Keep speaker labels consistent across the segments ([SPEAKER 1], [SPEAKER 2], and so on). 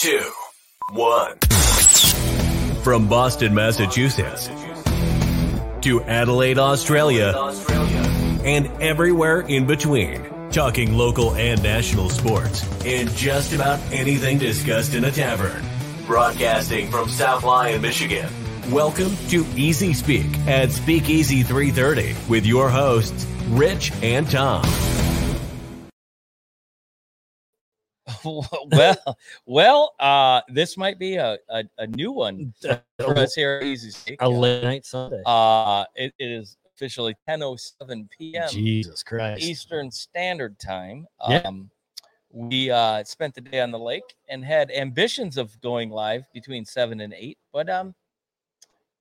[SPEAKER 1] two, one.
[SPEAKER 2] From Boston, Massachusetts to Adelaide, Australia, and everywhere in between. Talking local and national sports and just about anything discussed in a tavern. Broadcasting from South Lyon, Michigan. Welcome to Easy Speak at Speakeasy 330 with your hosts, Rich and Tom.
[SPEAKER 3] well, well, uh, this might be a, a, a new one
[SPEAKER 4] Mm,
[SPEAKER 3] for us here at Easy Speak.
[SPEAKER 4] A late night Sunday.
[SPEAKER 3] Uh, it, it is officially 10:07 p.m.
[SPEAKER 4] Jesus Christ.
[SPEAKER 3] Eastern Standard Time.
[SPEAKER 4] Yeah.
[SPEAKER 3] Um, we uh, spent the day on the lake and had ambitions of going live between seven and eight, but um,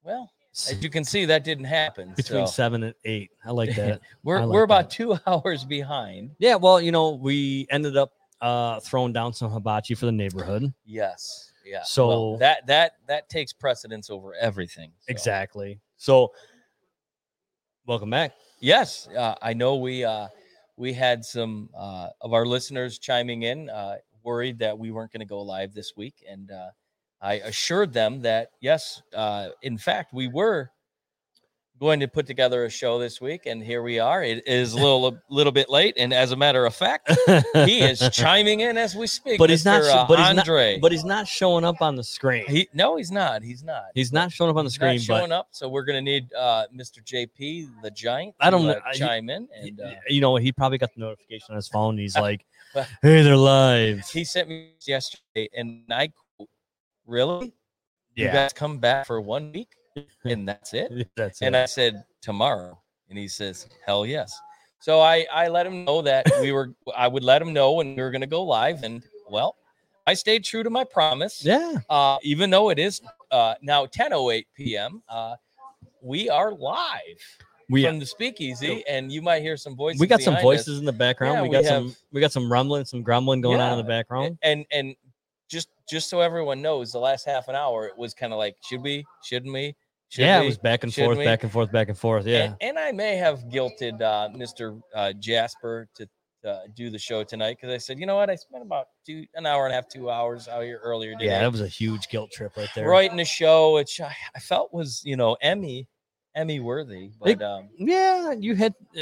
[SPEAKER 3] well, as you can see, that didn't happen.
[SPEAKER 4] Between
[SPEAKER 3] so
[SPEAKER 4] seven and eight. I like that.
[SPEAKER 3] we're
[SPEAKER 4] I like
[SPEAKER 3] we're about
[SPEAKER 4] that.
[SPEAKER 3] two hours behind.
[SPEAKER 4] yeah, well, you know, we ended up uh throwing down some hibachi for the neighborhood.
[SPEAKER 3] Yes. Yeah.
[SPEAKER 4] So-
[SPEAKER 3] that that that takes precedence over everything. so.
[SPEAKER 4] Exactly. So welcome back.
[SPEAKER 3] Yes, uh, I know we uh, we had some uh, of our listeners chiming in, uh, worried that we weren't going to go live this week, and uh, I assured them that yes, uh, in fact, we were going to put together a show this week, and here we are. It is a little a little bit late, and as a matter of fact, he is chiming in as we speak.
[SPEAKER 4] But he's not
[SPEAKER 3] Mr.,
[SPEAKER 4] sho-
[SPEAKER 3] uh,
[SPEAKER 4] but he's not-
[SPEAKER 3] Andre.
[SPEAKER 4] but he's not showing up on the screen.
[SPEAKER 3] he no, he's not. He's not.
[SPEAKER 4] he's not showing up on the
[SPEAKER 3] He's not
[SPEAKER 4] screen, but
[SPEAKER 3] showing up, so we're gonna need uh, Mr. JP, the giant.
[SPEAKER 4] I don't
[SPEAKER 3] to,
[SPEAKER 4] know,
[SPEAKER 3] uh,
[SPEAKER 4] I-
[SPEAKER 3] chime in,
[SPEAKER 4] y-
[SPEAKER 3] and uh,
[SPEAKER 4] you know, he probably got the notification on his phone. and He's like,
[SPEAKER 3] Well-
[SPEAKER 4] Hey, they're live.
[SPEAKER 3] he sent me this yesterday, and I quote, really, you
[SPEAKER 4] Yeah.
[SPEAKER 3] guys come back for one week, and that's it.
[SPEAKER 4] That's
[SPEAKER 3] and
[SPEAKER 4] it.
[SPEAKER 3] I said tomorrow, and he says, hell yes. So I I let him know that we were I would let him know when we were going to go live, and well, I stayed true to my promise.
[SPEAKER 4] yeah.
[SPEAKER 3] Uh, even though it is uh, now 10:08 p.m. Uh, we are live
[SPEAKER 4] We
[SPEAKER 3] from the speakeasy, and you might hear some voices.
[SPEAKER 4] we got some
[SPEAKER 3] behind us.
[SPEAKER 4] voices in the background.
[SPEAKER 3] Yeah,
[SPEAKER 4] we
[SPEAKER 3] we
[SPEAKER 4] got
[SPEAKER 3] have-
[SPEAKER 4] some we got some rumbling, some grumbling going on in the
[SPEAKER 3] Yeah,
[SPEAKER 4] background.
[SPEAKER 3] and and just just so everyone knows the last half an hour it was kind of like should we shouldn't we should
[SPEAKER 4] yeah,
[SPEAKER 3] we?
[SPEAKER 4] it was back and
[SPEAKER 3] Should
[SPEAKER 4] forth,
[SPEAKER 3] we?
[SPEAKER 4] back and forth, back and forth. Yeah.
[SPEAKER 3] and, and i may have guilted uh mr uh jasper to uh, do the show tonight because i said you know what i spent about two an hour and a half two hours out here earlier today
[SPEAKER 4] yeah, that was a huge guilt trip right there.
[SPEAKER 3] writing a show which I, I felt was you know emmy emmy worthy but um
[SPEAKER 4] Yeah, you had. uh,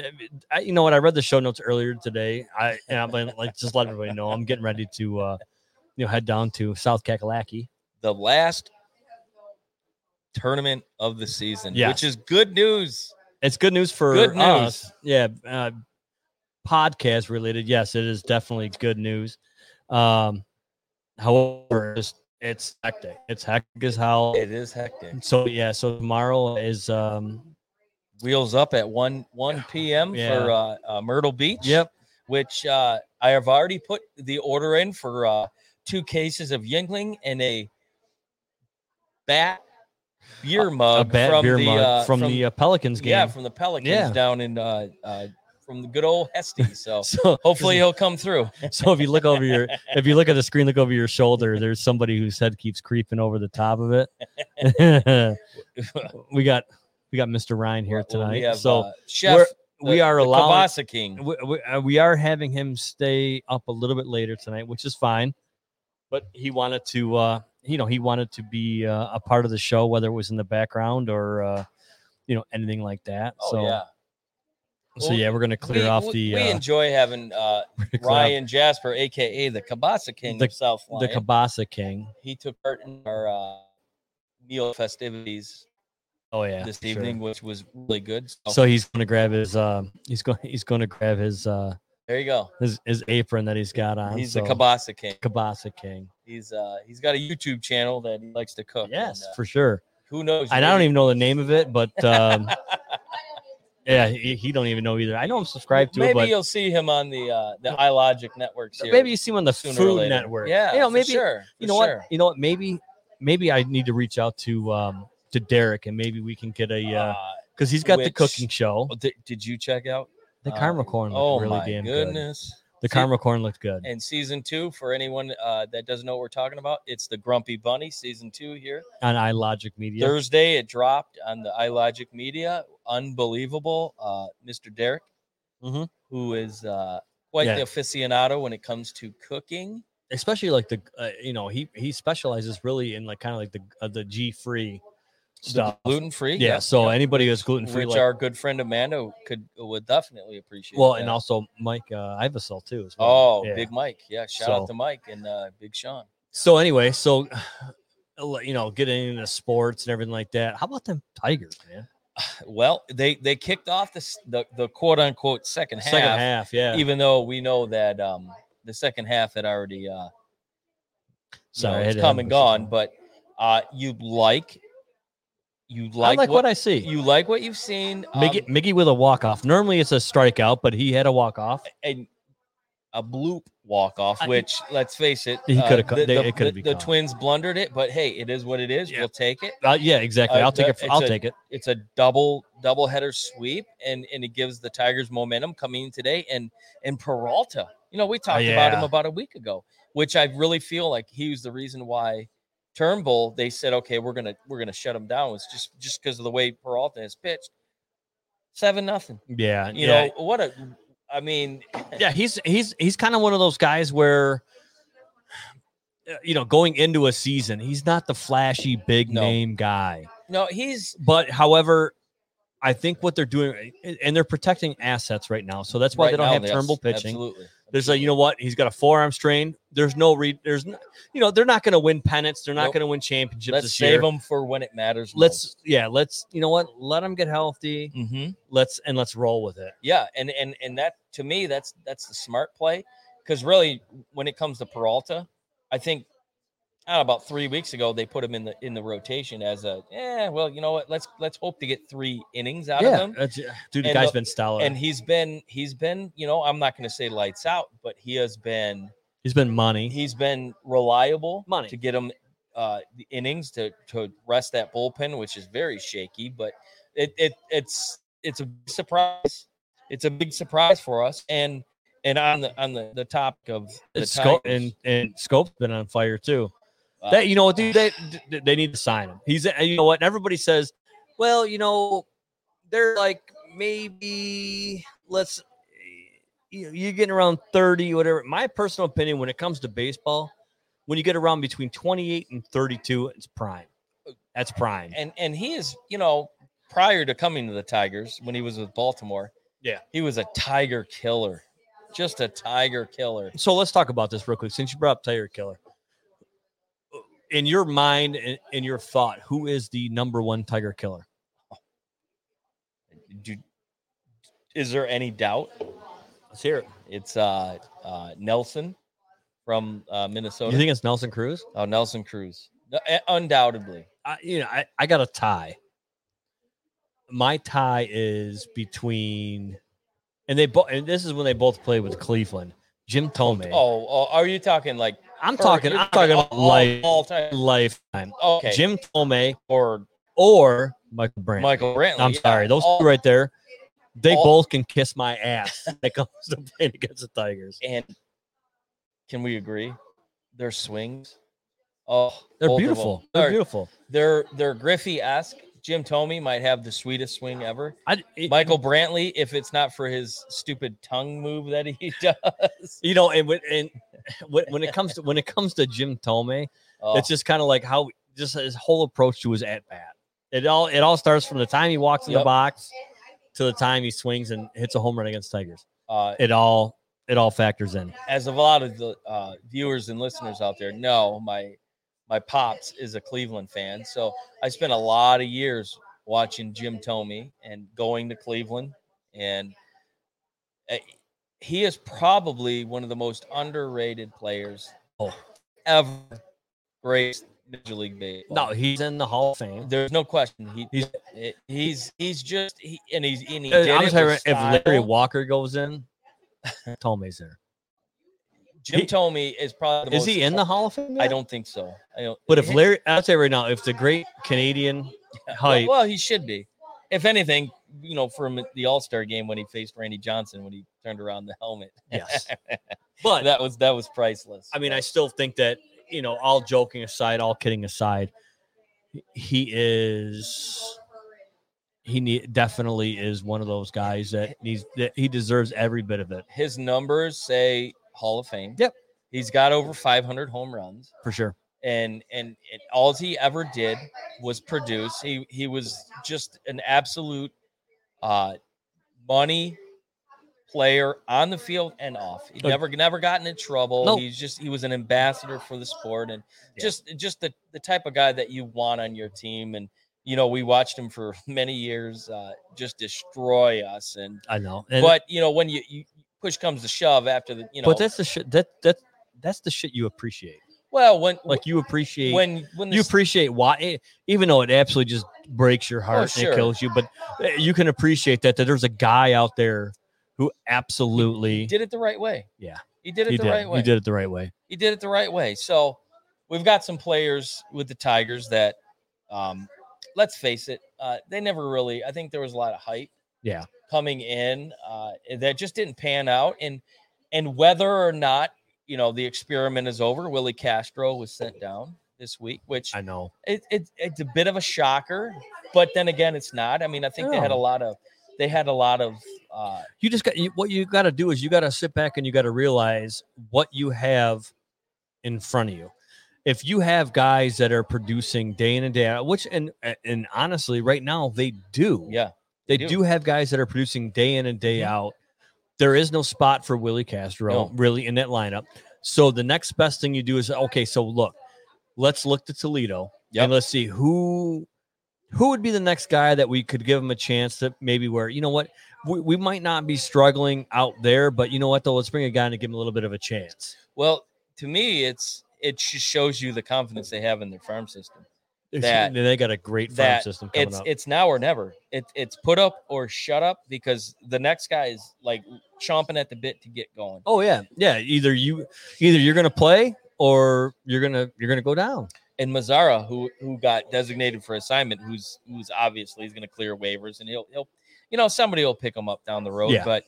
[SPEAKER 4] I, you know what? I read the show notes earlier today. I and I'm gonna, like just let everybody know I'm getting ready to, uh, you know, head down to South Kakalaki.
[SPEAKER 3] the last tournament of the season
[SPEAKER 4] Yes.
[SPEAKER 3] which is good news
[SPEAKER 4] It's good news for
[SPEAKER 3] Good news.
[SPEAKER 4] us. Yeah, uh, podcast related. Yes, it is definitely good news. Um, however, it's, it's hectic. It's hectic as hell.
[SPEAKER 3] it is hectic
[SPEAKER 4] So yeah, so tomorrow is um
[SPEAKER 3] wheels up at 1 1 p.m
[SPEAKER 4] Yeah.
[SPEAKER 3] for uh, uh, myrtle beach
[SPEAKER 4] yep,
[SPEAKER 3] which uh, i have already put the order in for uh, two cases of yingling and a bat beer
[SPEAKER 4] a
[SPEAKER 3] mug
[SPEAKER 4] bad beer mug
[SPEAKER 3] uh,
[SPEAKER 4] from, the uh, Pelicans game.
[SPEAKER 3] yeah from the pelicans
[SPEAKER 4] Yeah.
[SPEAKER 3] down in uh, uh, from the good old hesty so
[SPEAKER 4] so
[SPEAKER 3] hopefully he'll come through
[SPEAKER 4] so if you look over your if you look at the screen, look over your shoulder, there's somebody whose head keeps creeping over the top of it. we got we got Mr. Ryan here
[SPEAKER 3] Well,
[SPEAKER 4] tonight.
[SPEAKER 3] we have,
[SPEAKER 4] so
[SPEAKER 3] uh, chef
[SPEAKER 4] we're-
[SPEAKER 3] the-
[SPEAKER 4] we are
[SPEAKER 3] the
[SPEAKER 4] allowing
[SPEAKER 3] Kibasa king
[SPEAKER 4] we, we, uh, we are having him stay up a little bit later tonight, which is fine. But he wanted to, uh, you know, he wanted to be uh, a part of the show, whether it was in the background or, uh, you know, anything like that.
[SPEAKER 3] oh
[SPEAKER 4] so,
[SPEAKER 3] yeah
[SPEAKER 4] so
[SPEAKER 3] Well,
[SPEAKER 4] yeah, we're gonna clear
[SPEAKER 3] we,
[SPEAKER 4] off
[SPEAKER 3] we-
[SPEAKER 4] the
[SPEAKER 3] we
[SPEAKER 4] uh,
[SPEAKER 3] enjoy having uh,
[SPEAKER 4] clear off
[SPEAKER 3] ryan jasper aka the kabasa king
[SPEAKER 4] The-
[SPEAKER 3] of south
[SPEAKER 4] the
[SPEAKER 3] Lyon.
[SPEAKER 4] Kabasa King.
[SPEAKER 3] he took part in our uh, meal festivities
[SPEAKER 4] Oh yeah,
[SPEAKER 3] this
[SPEAKER 4] sure.
[SPEAKER 3] evening, which was really good. So,
[SPEAKER 4] So he's gonna grab his, uh, he's going, he's gonna grab his, uh,
[SPEAKER 3] there you go.
[SPEAKER 4] his, his apron that he's got on.
[SPEAKER 3] He's
[SPEAKER 4] so.
[SPEAKER 3] the Kabasa King.
[SPEAKER 4] Kabasa King.
[SPEAKER 3] He's uh he's got a YouTube channel that he likes to cook. and,
[SPEAKER 4] Yes,
[SPEAKER 3] uh,
[SPEAKER 4] for sure.
[SPEAKER 3] who knows?
[SPEAKER 4] And I don't
[SPEAKER 3] maybe-
[SPEAKER 4] even know the name of it, but um, Yeah, he, he don't even know either. I know I'm subscribed to
[SPEAKER 3] maybe
[SPEAKER 4] it, but
[SPEAKER 3] you'll see him on the uh the iLogic networks here.
[SPEAKER 4] maybe you see him on the
[SPEAKER 3] sooner or
[SPEAKER 4] Food
[SPEAKER 3] later.
[SPEAKER 4] Network.
[SPEAKER 3] Yeah,
[SPEAKER 4] you know,
[SPEAKER 3] for
[SPEAKER 4] maybe
[SPEAKER 3] sure, for
[SPEAKER 4] you know
[SPEAKER 3] sure.
[SPEAKER 4] what, you know what, maybe maybe I need to reach out to um to Derek and maybe we can get a
[SPEAKER 3] Uh,
[SPEAKER 4] because he's got the
[SPEAKER 3] which-
[SPEAKER 4] cooking show.
[SPEAKER 3] well, did, did you check out?
[SPEAKER 4] The
[SPEAKER 3] uh,
[SPEAKER 4] caramel corn looked
[SPEAKER 3] Oh
[SPEAKER 4] really
[SPEAKER 3] my
[SPEAKER 4] damn good.
[SPEAKER 3] goodness!
[SPEAKER 4] The
[SPEAKER 3] See-
[SPEAKER 4] caramel corn looked good.
[SPEAKER 3] And season two, for anyone uh, that doesn't know what we're talking about, it's the Grumpy Bunny season two here.
[SPEAKER 4] On iLogic Media.
[SPEAKER 3] Thursday it dropped on the iLogic Media. Unbelievable. Uh, Mr. Derek,
[SPEAKER 4] Mhm.
[SPEAKER 3] who is uh, quite
[SPEAKER 4] Yeah.
[SPEAKER 3] the aficionado when it comes to cooking.
[SPEAKER 4] especially like the uh, you know he he specializes really in like kind of like the uh, the G free stuff.
[SPEAKER 3] gluten free.
[SPEAKER 4] yeah, so anybody who's gluten free,
[SPEAKER 3] which
[SPEAKER 4] like
[SPEAKER 3] our good friend Amanda could would definitely appreciate.
[SPEAKER 4] well,
[SPEAKER 3] that.
[SPEAKER 4] and also Mike uh, Ivasol too. As well.
[SPEAKER 3] oh,
[SPEAKER 4] Yeah.
[SPEAKER 3] Big Mike. Yeah, shout
[SPEAKER 4] So-
[SPEAKER 3] out to Mike and uh, Big Sean.
[SPEAKER 4] So anyway, so you know, getting into sports and everything like that. How about them Tigers, man?
[SPEAKER 3] Well, they they kicked off the s- the, the quote unquote second half,
[SPEAKER 4] Second half, yeah.
[SPEAKER 3] even though we know that um the second half had already uh you know,
[SPEAKER 4] Sorry, I had
[SPEAKER 3] it's
[SPEAKER 4] to
[SPEAKER 3] come
[SPEAKER 4] have
[SPEAKER 3] and
[SPEAKER 4] a second
[SPEAKER 3] gone, but uh you like you
[SPEAKER 4] half. I
[SPEAKER 3] like,
[SPEAKER 4] like what, I see.
[SPEAKER 3] you like what you've seen. um,
[SPEAKER 4] Miggy, Miggy with a walk off. Normally it's a strikeout, but he had a walk off.
[SPEAKER 3] and a bloop walk off,
[SPEAKER 4] I-
[SPEAKER 3] which let's face it, uh,
[SPEAKER 4] He coulda co-
[SPEAKER 3] the,
[SPEAKER 4] they-
[SPEAKER 3] the-
[SPEAKER 4] it
[SPEAKER 3] the-
[SPEAKER 4] coulda be
[SPEAKER 3] the
[SPEAKER 4] caught.
[SPEAKER 3] twins blundered it, but hey, it is what it is.
[SPEAKER 4] Yeah.
[SPEAKER 3] We'll take it.
[SPEAKER 4] Uh, yeah, exactly.
[SPEAKER 3] Uh,
[SPEAKER 4] I'll take
[SPEAKER 3] the-
[SPEAKER 4] it. For,
[SPEAKER 3] it's
[SPEAKER 4] I'll
[SPEAKER 3] a-
[SPEAKER 4] take it.
[SPEAKER 3] It's a double double header sweep, and and it gives the Tigers momentum coming in today. And and Peralta, you know, we talked about him
[SPEAKER 4] Oh, yeah.
[SPEAKER 3] about a week ago, which I really feel like he was the reason why Turnbull they said, okay, we're gonna we're gonna shut him down. It's just just because of the way Peralta has pitched. Seven nothing.
[SPEAKER 4] Yeah,
[SPEAKER 3] You
[SPEAKER 4] yeah.
[SPEAKER 3] know what a. I mean,
[SPEAKER 4] yeah, he's he's he's kind of one of those guys where uh, you know, going into a season, he's not the flashy big
[SPEAKER 3] No.
[SPEAKER 4] name guy.
[SPEAKER 3] no, he's
[SPEAKER 4] But however, I think what they're doing and they're protecting assets right now. So that's why
[SPEAKER 3] right
[SPEAKER 4] they don't
[SPEAKER 3] now,
[SPEAKER 4] have
[SPEAKER 3] yes,
[SPEAKER 4] Turnbull pitching.
[SPEAKER 3] Absolutely.
[SPEAKER 4] There's like, you know what? He's got a forearm strain. There's no read. There's, n- you know, they're not going to win pennants. They're not
[SPEAKER 3] Nope.
[SPEAKER 4] going to win championships
[SPEAKER 3] let's
[SPEAKER 4] this
[SPEAKER 3] save
[SPEAKER 4] year.
[SPEAKER 3] him for when it matters.
[SPEAKER 4] Let's, Mm-hmm. yeah, let's, you know what? Let him get healthy.
[SPEAKER 3] most. Mhm.
[SPEAKER 4] Let's, and let's roll with it.
[SPEAKER 3] Yeah, and and and that to me that's that's the smart play because really when it comes to Peralta, I think I don't know, about three weeks ago they put him in the in the rotation as a yeah well you know what let's let's hope to get three innings out of him
[SPEAKER 4] that's- Dude, the
[SPEAKER 3] And
[SPEAKER 4] guy's
[SPEAKER 3] the-
[SPEAKER 4] been stellar.
[SPEAKER 3] and he's been he's been you know I'm not going to say lights out but he has been
[SPEAKER 4] he's been money.
[SPEAKER 3] he's been reliable
[SPEAKER 4] Money.
[SPEAKER 3] to get him uh, the innings to to rest that bullpen, which is very shaky. But it it it's it's a big surprise. It's a big surprise for us. And and on the on the, the topic of the
[SPEAKER 4] It's Sco-
[SPEAKER 3] Tigers,
[SPEAKER 4] and and Scope's been on fire too.
[SPEAKER 3] Uh,
[SPEAKER 4] that you know what, dude, they they- they need to sign him. He's and you know what? and everybody says, well, you know, they're like maybe let's you know, you're getting around thirty, whatever. My personal opinion, when it comes to baseball, when you get around between twenty eight and thirty two, it's prime. That's prime.
[SPEAKER 3] and and he is you know prior to coming to the Tigers when he was with Baltimore,
[SPEAKER 4] Yeah.
[SPEAKER 3] he was a Tiger killer, just a Tiger killer.
[SPEAKER 4] So let's talk about this real quick. Since you brought up Tiger Killer, in your mind and in your thought, who is the number one Tiger Killer?
[SPEAKER 3] Do, is there any doubt?
[SPEAKER 4] Let's hear it.
[SPEAKER 3] It's uh, uh, Nelson from uh, Minnesota.
[SPEAKER 4] You think it's Nelson Cruz?
[SPEAKER 3] oh, Nelson Cruz, No, uh, undoubtedly.
[SPEAKER 4] I, you know, I, I got a tie. My tie is between, and they both, and this is when they both played with Cleveland. Jim Tomei.
[SPEAKER 3] Oh, oh, are you talking like?
[SPEAKER 4] I'm
[SPEAKER 3] per-
[SPEAKER 4] talking.
[SPEAKER 3] you're
[SPEAKER 4] I'm talking about
[SPEAKER 3] all,
[SPEAKER 4] life,
[SPEAKER 3] all time.
[SPEAKER 4] lifetime.
[SPEAKER 3] Okay,
[SPEAKER 4] Jim Tomei
[SPEAKER 3] or
[SPEAKER 4] or Michael Brandt.
[SPEAKER 3] Michael Brantley.
[SPEAKER 4] I'm
[SPEAKER 3] yeah.
[SPEAKER 4] sorry, those
[SPEAKER 3] All-
[SPEAKER 4] two right there. They
[SPEAKER 3] all-
[SPEAKER 4] both can kiss my ass when it comes to playing against the Tigers.
[SPEAKER 3] And can we agree? Their swings. Oh,
[SPEAKER 4] They're
[SPEAKER 3] both of
[SPEAKER 4] beautiful.
[SPEAKER 3] them.
[SPEAKER 4] They're
[SPEAKER 3] They're,
[SPEAKER 4] beautiful.
[SPEAKER 3] they're they're Griffey-esque. Jim Tomey might have the sweetest swing ever.
[SPEAKER 4] I, it-
[SPEAKER 3] Michael Brantley, if it's not for his stupid tongue move that he does,
[SPEAKER 4] you know, and when, and when when it comes to when it comes to Jim Tomei,
[SPEAKER 3] Oh.
[SPEAKER 4] It's just kind of like how just his whole approach to his at bat. It all it all starts from the time he walks in the
[SPEAKER 3] Yep.
[SPEAKER 4] box to the time he swings and hits a home run against Tigers.
[SPEAKER 3] uh,
[SPEAKER 4] It all it all factors in.
[SPEAKER 3] as of a lot of the uh, viewers and listeners out there know, my my pops is a Cleveland fan, so I spent a lot of years watching Jim Tomey and going to Cleveland, and uh, he is probably one of the most underrated players
[SPEAKER 4] Oh.
[SPEAKER 3] ever graced Major League Baseball.
[SPEAKER 4] No, he's in the Hall of Fame.
[SPEAKER 3] there's no question. He
[SPEAKER 4] He's-
[SPEAKER 3] he's he's, he's just he, and he's and he
[SPEAKER 4] Uh,
[SPEAKER 3] did
[SPEAKER 4] I'm
[SPEAKER 3] it
[SPEAKER 4] sorry,
[SPEAKER 3] with
[SPEAKER 4] if Larry
[SPEAKER 3] style.
[SPEAKER 4] Walker goes in, Tomei's there.
[SPEAKER 3] Jim
[SPEAKER 4] he-
[SPEAKER 3] Tomey is probably the
[SPEAKER 4] Is he
[SPEAKER 3] most-
[SPEAKER 4] in the Hall of Fame?
[SPEAKER 3] I
[SPEAKER 4] yet?
[SPEAKER 3] don't think so. I don't.
[SPEAKER 4] But if
[SPEAKER 3] he-
[SPEAKER 4] Larry, I'll say right now, if the great Canadian hype,
[SPEAKER 3] Well, well, he should be. If anything, you know, from the All Star game when he faced Randy Johnson when he turned around the helmet,
[SPEAKER 4] yes. But
[SPEAKER 3] that was that was priceless.
[SPEAKER 4] I mean, I still think that you know, all joking aside, all kidding aside, he is he need, definitely is one of those guys that needs that he deserves every bit of it.
[SPEAKER 3] his numbers say Hall of Fame.
[SPEAKER 4] Yep.
[SPEAKER 3] He's got over 500 home runs,
[SPEAKER 4] for sure.
[SPEAKER 3] and and, and all he ever did was produce. He he was just an absolute uh, money player on the field and off. He
[SPEAKER 4] Oh.
[SPEAKER 3] never never gotten in trouble.
[SPEAKER 4] No.
[SPEAKER 3] He's just he was an ambassador for the sport and
[SPEAKER 4] Yeah.
[SPEAKER 3] just just the the type of guy that you want on your team. And you know we watched him for many years uh, just destroy us. And
[SPEAKER 4] I know. And,
[SPEAKER 3] but you know when you, you push comes to shove after the you know
[SPEAKER 4] but that's the shit that that that's the shit you appreciate.
[SPEAKER 3] well when
[SPEAKER 4] Like you appreciate
[SPEAKER 3] when when the
[SPEAKER 4] you
[SPEAKER 3] s-
[SPEAKER 4] appreciate why eh, even though it absolutely just breaks your heart and
[SPEAKER 3] sure.
[SPEAKER 4] it kills you, but eh, you can appreciate that that there's a guy out there who absolutely
[SPEAKER 3] did it the right way.
[SPEAKER 4] Yeah.
[SPEAKER 3] he did it
[SPEAKER 4] he
[SPEAKER 3] the
[SPEAKER 4] did,
[SPEAKER 3] right way.
[SPEAKER 4] he did it the right way.
[SPEAKER 3] he did it the right way. So we've got some players with the Tigers that, um, let's face it, uh, they never really. I think there was a lot of hype.
[SPEAKER 4] Yeah.
[SPEAKER 3] Coming in, uh, that just didn't pan out, and and whether or not you know the experiment is over, Willie Castro was sent down this week, which
[SPEAKER 4] I know.
[SPEAKER 3] it, it it's a bit of a shocker, but then again, it's not. I mean, I think they had a
[SPEAKER 4] No.
[SPEAKER 3] lot of they had a lot of uh,
[SPEAKER 4] you just got you, what you got to do is you got to sit back and you got to realize what you have in front of you. If you have guys that are producing day in and day out, which and and honestly, right now they do.
[SPEAKER 3] yeah
[SPEAKER 4] they
[SPEAKER 3] do.
[SPEAKER 4] do. have guys that are producing day in and day out. There is no spot for Willie Castro
[SPEAKER 3] No.
[SPEAKER 4] really in that lineup. So the next best thing you do is okay. So look, let's look to Toledo
[SPEAKER 3] Yep.
[SPEAKER 4] and let's see who who would be the next guy that we could give him a chance to maybe where you know what we, we might not be struggling out there, but you know what though, let's bring a guy in to give him a little bit of a chance.
[SPEAKER 3] Well, to me, it's it just shows you the confidence they have in their farm system. That-
[SPEAKER 4] And they got a great farm
[SPEAKER 3] that
[SPEAKER 4] system coming
[SPEAKER 3] It's
[SPEAKER 4] up.
[SPEAKER 3] it's now or never. It, it's put up or shut up because the next guy is like chomping at the bit to get going.
[SPEAKER 4] oh yeah, yeah. Either you either you're gonna play or you're gonna you're gonna go down.
[SPEAKER 3] And Mazzara, who who got designated for assignment, who's who's obviously he's going to clear waivers and he'll he'll you know somebody will pick him up down the road.
[SPEAKER 4] Yeah.
[SPEAKER 3] But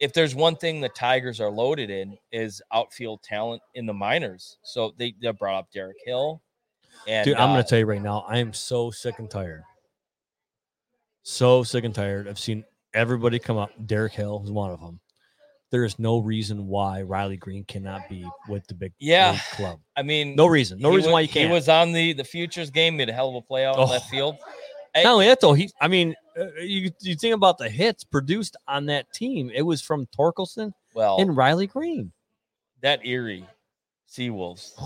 [SPEAKER 3] if there's one thing the Tigers are loaded in is outfield talent in the minors. So they, they brought up Derek Hill. And
[SPEAKER 4] Dude, I'm
[SPEAKER 3] uh,
[SPEAKER 4] gonna tell you right now, I am so sick and tired. So sick and tired. I've seen everybody come up. Derek Hill is one of them. There is no reason why Riley Green cannot be with the big
[SPEAKER 3] Yeah.
[SPEAKER 4] league club.
[SPEAKER 3] I mean
[SPEAKER 4] No reason. No
[SPEAKER 3] He
[SPEAKER 4] reason
[SPEAKER 3] wa-
[SPEAKER 4] why you can't.
[SPEAKER 3] He was on the the futures game, made a hell of a play out
[SPEAKER 4] Oh.
[SPEAKER 3] in left field.
[SPEAKER 4] Not only that, though, he. I mean, uh, you you think about the hits produced on that team. It was from Torkelson
[SPEAKER 3] Well,
[SPEAKER 4] and Riley Green.
[SPEAKER 3] that Erie Seawolves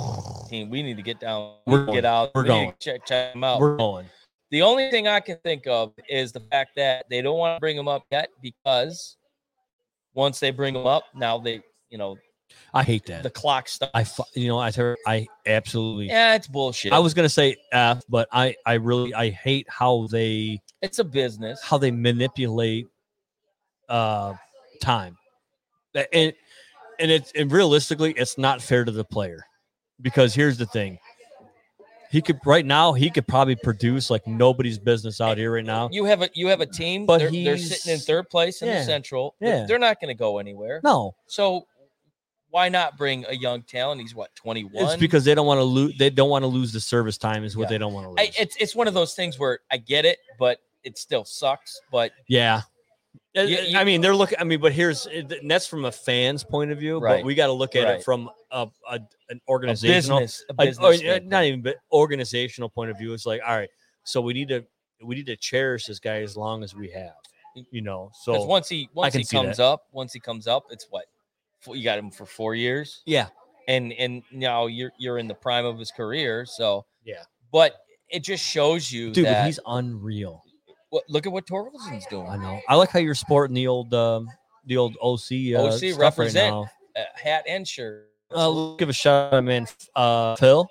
[SPEAKER 3] team, we need to get down.
[SPEAKER 4] We're
[SPEAKER 3] get out.
[SPEAKER 4] We're
[SPEAKER 3] we need
[SPEAKER 4] going.
[SPEAKER 3] to check check them out.
[SPEAKER 4] We're going.
[SPEAKER 3] the only thing I can think of is the fact that they don't want to bring them up yet because once they bring them up, now they you know
[SPEAKER 4] I hate that.
[SPEAKER 3] the clock stops.
[SPEAKER 4] I fu- you know I ter- I absolutely.
[SPEAKER 3] Yeah, it's bullshit.
[SPEAKER 4] I was gonna say F, but I I really I hate how they
[SPEAKER 3] it's a business.
[SPEAKER 4] how they manipulate uh time That- and and it's and realistically it's not fair to the player because here's the thing he could right now he could probably produce like nobody's business out here right now
[SPEAKER 3] you have a you have a team,
[SPEAKER 4] But
[SPEAKER 3] they're, they're sitting in
[SPEAKER 4] he's-
[SPEAKER 3] third place in
[SPEAKER 4] yeah,
[SPEAKER 3] the Central.
[SPEAKER 4] yeah.
[SPEAKER 3] They're not going to go anywhere.
[SPEAKER 4] no
[SPEAKER 3] So why not bring a young talent? He's what twenty one.
[SPEAKER 4] it's because they don't want to lose they don't want to lose the service time is what
[SPEAKER 3] Yeah.
[SPEAKER 4] they don't want to lose
[SPEAKER 3] I, it's it's one of those things where I get it, but it still sucks. But
[SPEAKER 4] yeah I-
[SPEAKER 3] You- you-
[SPEAKER 4] I mean, they're looking. I mean, but here's and that's from a fan's point of view.
[SPEAKER 3] Right.
[SPEAKER 4] But we got to look at
[SPEAKER 3] Right.
[SPEAKER 4] it from a, a an
[SPEAKER 3] a
[SPEAKER 4] organizational
[SPEAKER 3] business, a
[SPEAKER 4] a-
[SPEAKER 3] business
[SPEAKER 4] or, uh,
[SPEAKER 3] standpoint.
[SPEAKER 4] not even but organizational point of view it's like all right so we need to we need to cherish this guy as long as we have you know
[SPEAKER 3] 'Cause
[SPEAKER 4] so
[SPEAKER 3] once he once
[SPEAKER 4] can
[SPEAKER 3] he
[SPEAKER 4] see
[SPEAKER 3] comes
[SPEAKER 4] that.
[SPEAKER 3] up, once he comes up, it's what Four- you got him for four years,
[SPEAKER 4] yeah
[SPEAKER 3] and and now you're you're in the prime of his career. So
[SPEAKER 4] Yeah.
[SPEAKER 3] but it just shows you
[SPEAKER 4] dude
[SPEAKER 3] that
[SPEAKER 4] but he's unreal
[SPEAKER 3] what, look at what Torkelson's
[SPEAKER 4] i
[SPEAKER 3] doing.
[SPEAKER 4] know i like how you're sporting the old um the old oc uh,
[SPEAKER 3] OC
[SPEAKER 4] stuff
[SPEAKER 3] represent.
[SPEAKER 4] right now
[SPEAKER 3] Uh, hat and shirt.
[SPEAKER 4] uh, let's give a shout out man uh phil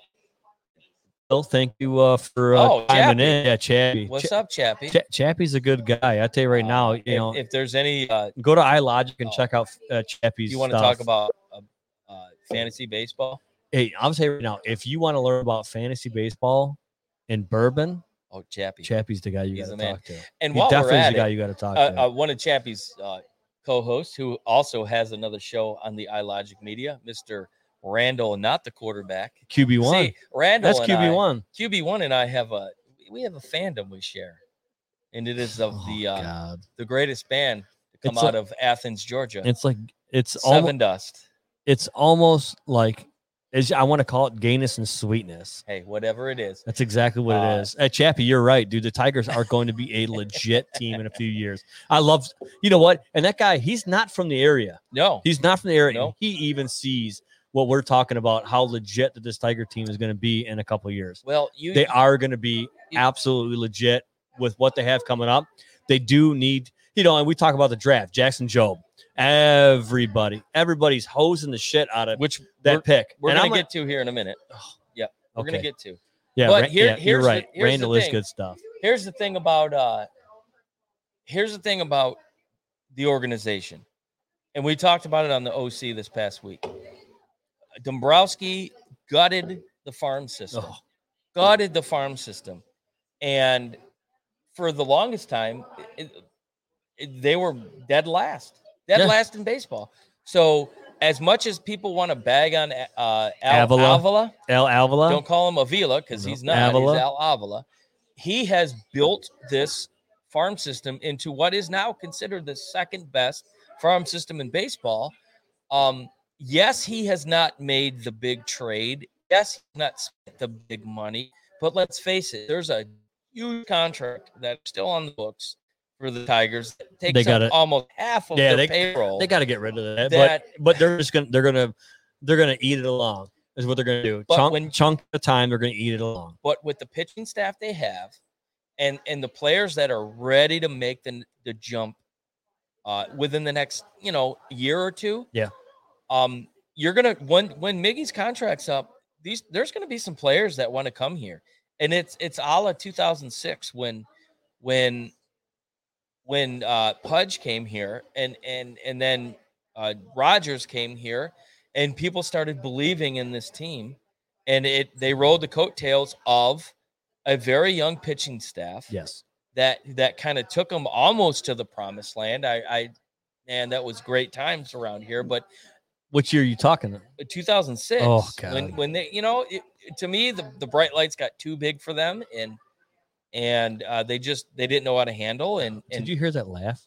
[SPEAKER 4] phil thank you uh for uh
[SPEAKER 3] Oh,
[SPEAKER 4] chiming
[SPEAKER 3] Chappie.
[SPEAKER 4] in yeah chappie
[SPEAKER 3] What's
[SPEAKER 4] Cha-
[SPEAKER 3] up, Chappie?
[SPEAKER 4] Cha- chappie's a good guy i tell you right now you
[SPEAKER 3] if,
[SPEAKER 4] know
[SPEAKER 3] if there's any uh,
[SPEAKER 4] go to ilogic and
[SPEAKER 3] Oh.
[SPEAKER 4] check out uh, chappie's
[SPEAKER 3] you want to
[SPEAKER 4] stuff.
[SPEAKER 3] talk about uh, uh, fantasy baseball?
[SPEAKER 4] hey, I'm saying right now, if you want to learn about fantasy baseball and bourbon,
[SPEAKER 3] Oh, Chappie.
[SPEAKER 4] Chappie's the guy you
[SPEAKER 3] He's
[SPEAKER 4] got to
[SPEAKER 3] the man.
[SPEAKER 4] talk to.
[SPEAKER 3] and
[SPEAKER 4] He
[SPEAKER 3] while we're
[SPEAKER 4] definitely is
[SPEAKER 3] at
[SPEAKER 4] the guy
[SPEAKER 3] it,
[SPEAKER 4] you got to talk to.
[SPEAKER 3] uh, uh, one of Chappie's uh, co-hosts, who also has another show on the iLogic Media, Mister Randall, not the quarterback.
[SPEAKER 4] QB one.
[SPEAKER 3] See, Randall.
[SPEAKER 4] That's
[SPEAKER 3] and I-
[SPEAKER 4] QB one.
[SPEAKER 3] QB one and I have a we have a fandom we share, and it is of the uh, the greatest band to come
[SPEAKER 4] Oh, It's a-
[SPEAKER 3] out of Athens, Georgia.
[SPEAKER 4] It's like it's
[SPEAKER 3] Seven
[SPEAKER 4] almost
[SPEAKER 3] Dust.
[SPEAKER 4] it's almost like it's, I want to call it gayness and sweetness.
[SPEAKER 3] Hey, whatever it is.
[SPEAKER 4] That's exactly what
[SPEAKER 3] Uh,
[SPEAKER 4] it is. Hey, Chappie, you're right, dude. The Tigers are going to be a legit team in a few years. I love, you know what? And that guy, he's not from the area.
[SPEAKER 3] No,
[SPEAKER 4] He's not from the area.
[SPEAKER 3] No.
[SPEAKER 4] and He even sees what we're talking about, how legit that this Tiger team is going to be in a couple of years.
[SPEAKER 3] well, you
[SPEAKER 4] They are going to be
[SPEAKER 3] You-
[SPEAKER 4] absolutely legit with what they have coming up. They do need, you know, and we talk about the draft, Jackson Job. Everybody, everybody's hosing the shit out of
[SPEAKER 3] which
[SPEAKER 4] that pick.
[SPEAKER 3] we're
[SPEAKER 4] and
[SPEAKER 3] gonna
[SPEAKER 4] I'm like,
[SPEAKER 3] get to here in a minute. We're
[SPEAKER 4] okay.
[SPEAKER 3] gonna get to.
[SPEAKER 4] Yeah,
[SPEAKER 3] But
[SPEAKER 4] Ran-
[SPEAKER 3] here-
[SPEAKER 4] yeah, you're
[SPEAKER 3] here's the-
[SPEAKER 4] right.
[SPEAKER 3] here's the
[SPEAKER 4] Randall is
[SPEAKER 3] thing.
[SPEAKER 4] good stuff.
[SPEAKER 3] Here's the thing about uh here's the thing about the organization. And we talked about it on the OC this past week. Dombrowski gutted the farm system.
[SPEAKER 4] Oh,
[SPEAKER 3] gutted the farm system. And for the longest time, it, it- they were dead last, dead
[SPEAKER 4] Yeah.
[SPEAKER 3] last in baseball. So, as much as people want to bag on uh, Al
[SPEAKER 4] Avila.
[SPEAKER 3] Avila,
[SPEAKER 4] El Alvala.
[SPEAKER 3] don't call him Avila because
[SPEAKER 4] No.
[SPEAKER 3] he's not.
[SPEAKER 4] Avila.
[SPEAKER 3] He's Al Avila. He has built this farm system into what is now considered the second best farm system in baseball. Um, yes, he has not made the big trade. Yes, he's not spent the big money. But let's face it, there's a huge contract that's still on the books for the Tigers. That takes
[SPEAKER 4] They gotta-
[SPEAKER 3] up almost half of
[SPEAKER 4] Yeah,
[SPEAKER 3] their
[SPEAKER 4] they-
[SPEAKER 3] payroll.
[SPEAKER 4] They got to get rid of that.
[SPEAKER 3] that
[SPEAKER 4] but but they're just gonna they're gonna they're gonna eat it along. Is what they're gonna do.
[SPEAKER 3] But
[SPEAKER 4] chunk
[SPEAKER 3] when-
[SPEAKER 4] chunk of time, they're gonna eat it along.
[SPEAKER 3] but with the pitching staff they have and and the players that are ready to make the the jump uh within the next you know year or two
[SPEAKER 4] Yeah.
[SPEAKER 3] um you're gonna when when miggy's contract's up these there's gonna be some players that want to come here and it's it's a la 2006 when when when uh pudge came here and and and then uh rogers came here and people started believing in this team and it they rolled the coattails of a very young pitching staff
[SPEAKER 4] Yes.
[SPEAKER 3] that that kind of took them almost to the promised land. I, I man, that was great times around here. But
[SPEAKER 4] Which year are you talking? About?
[SPEAKER 3] 2006,
[SPEAKER 4] Oh,
[SPEAKER 3] when
[SPEAKER 4] God.
[SPEAKER 3] when they, you know, it, to me the the bright lights got too big for them, and and uh, they just they didn't know how to handle. And and
[SPEAKER 4] Did you hear that laugh?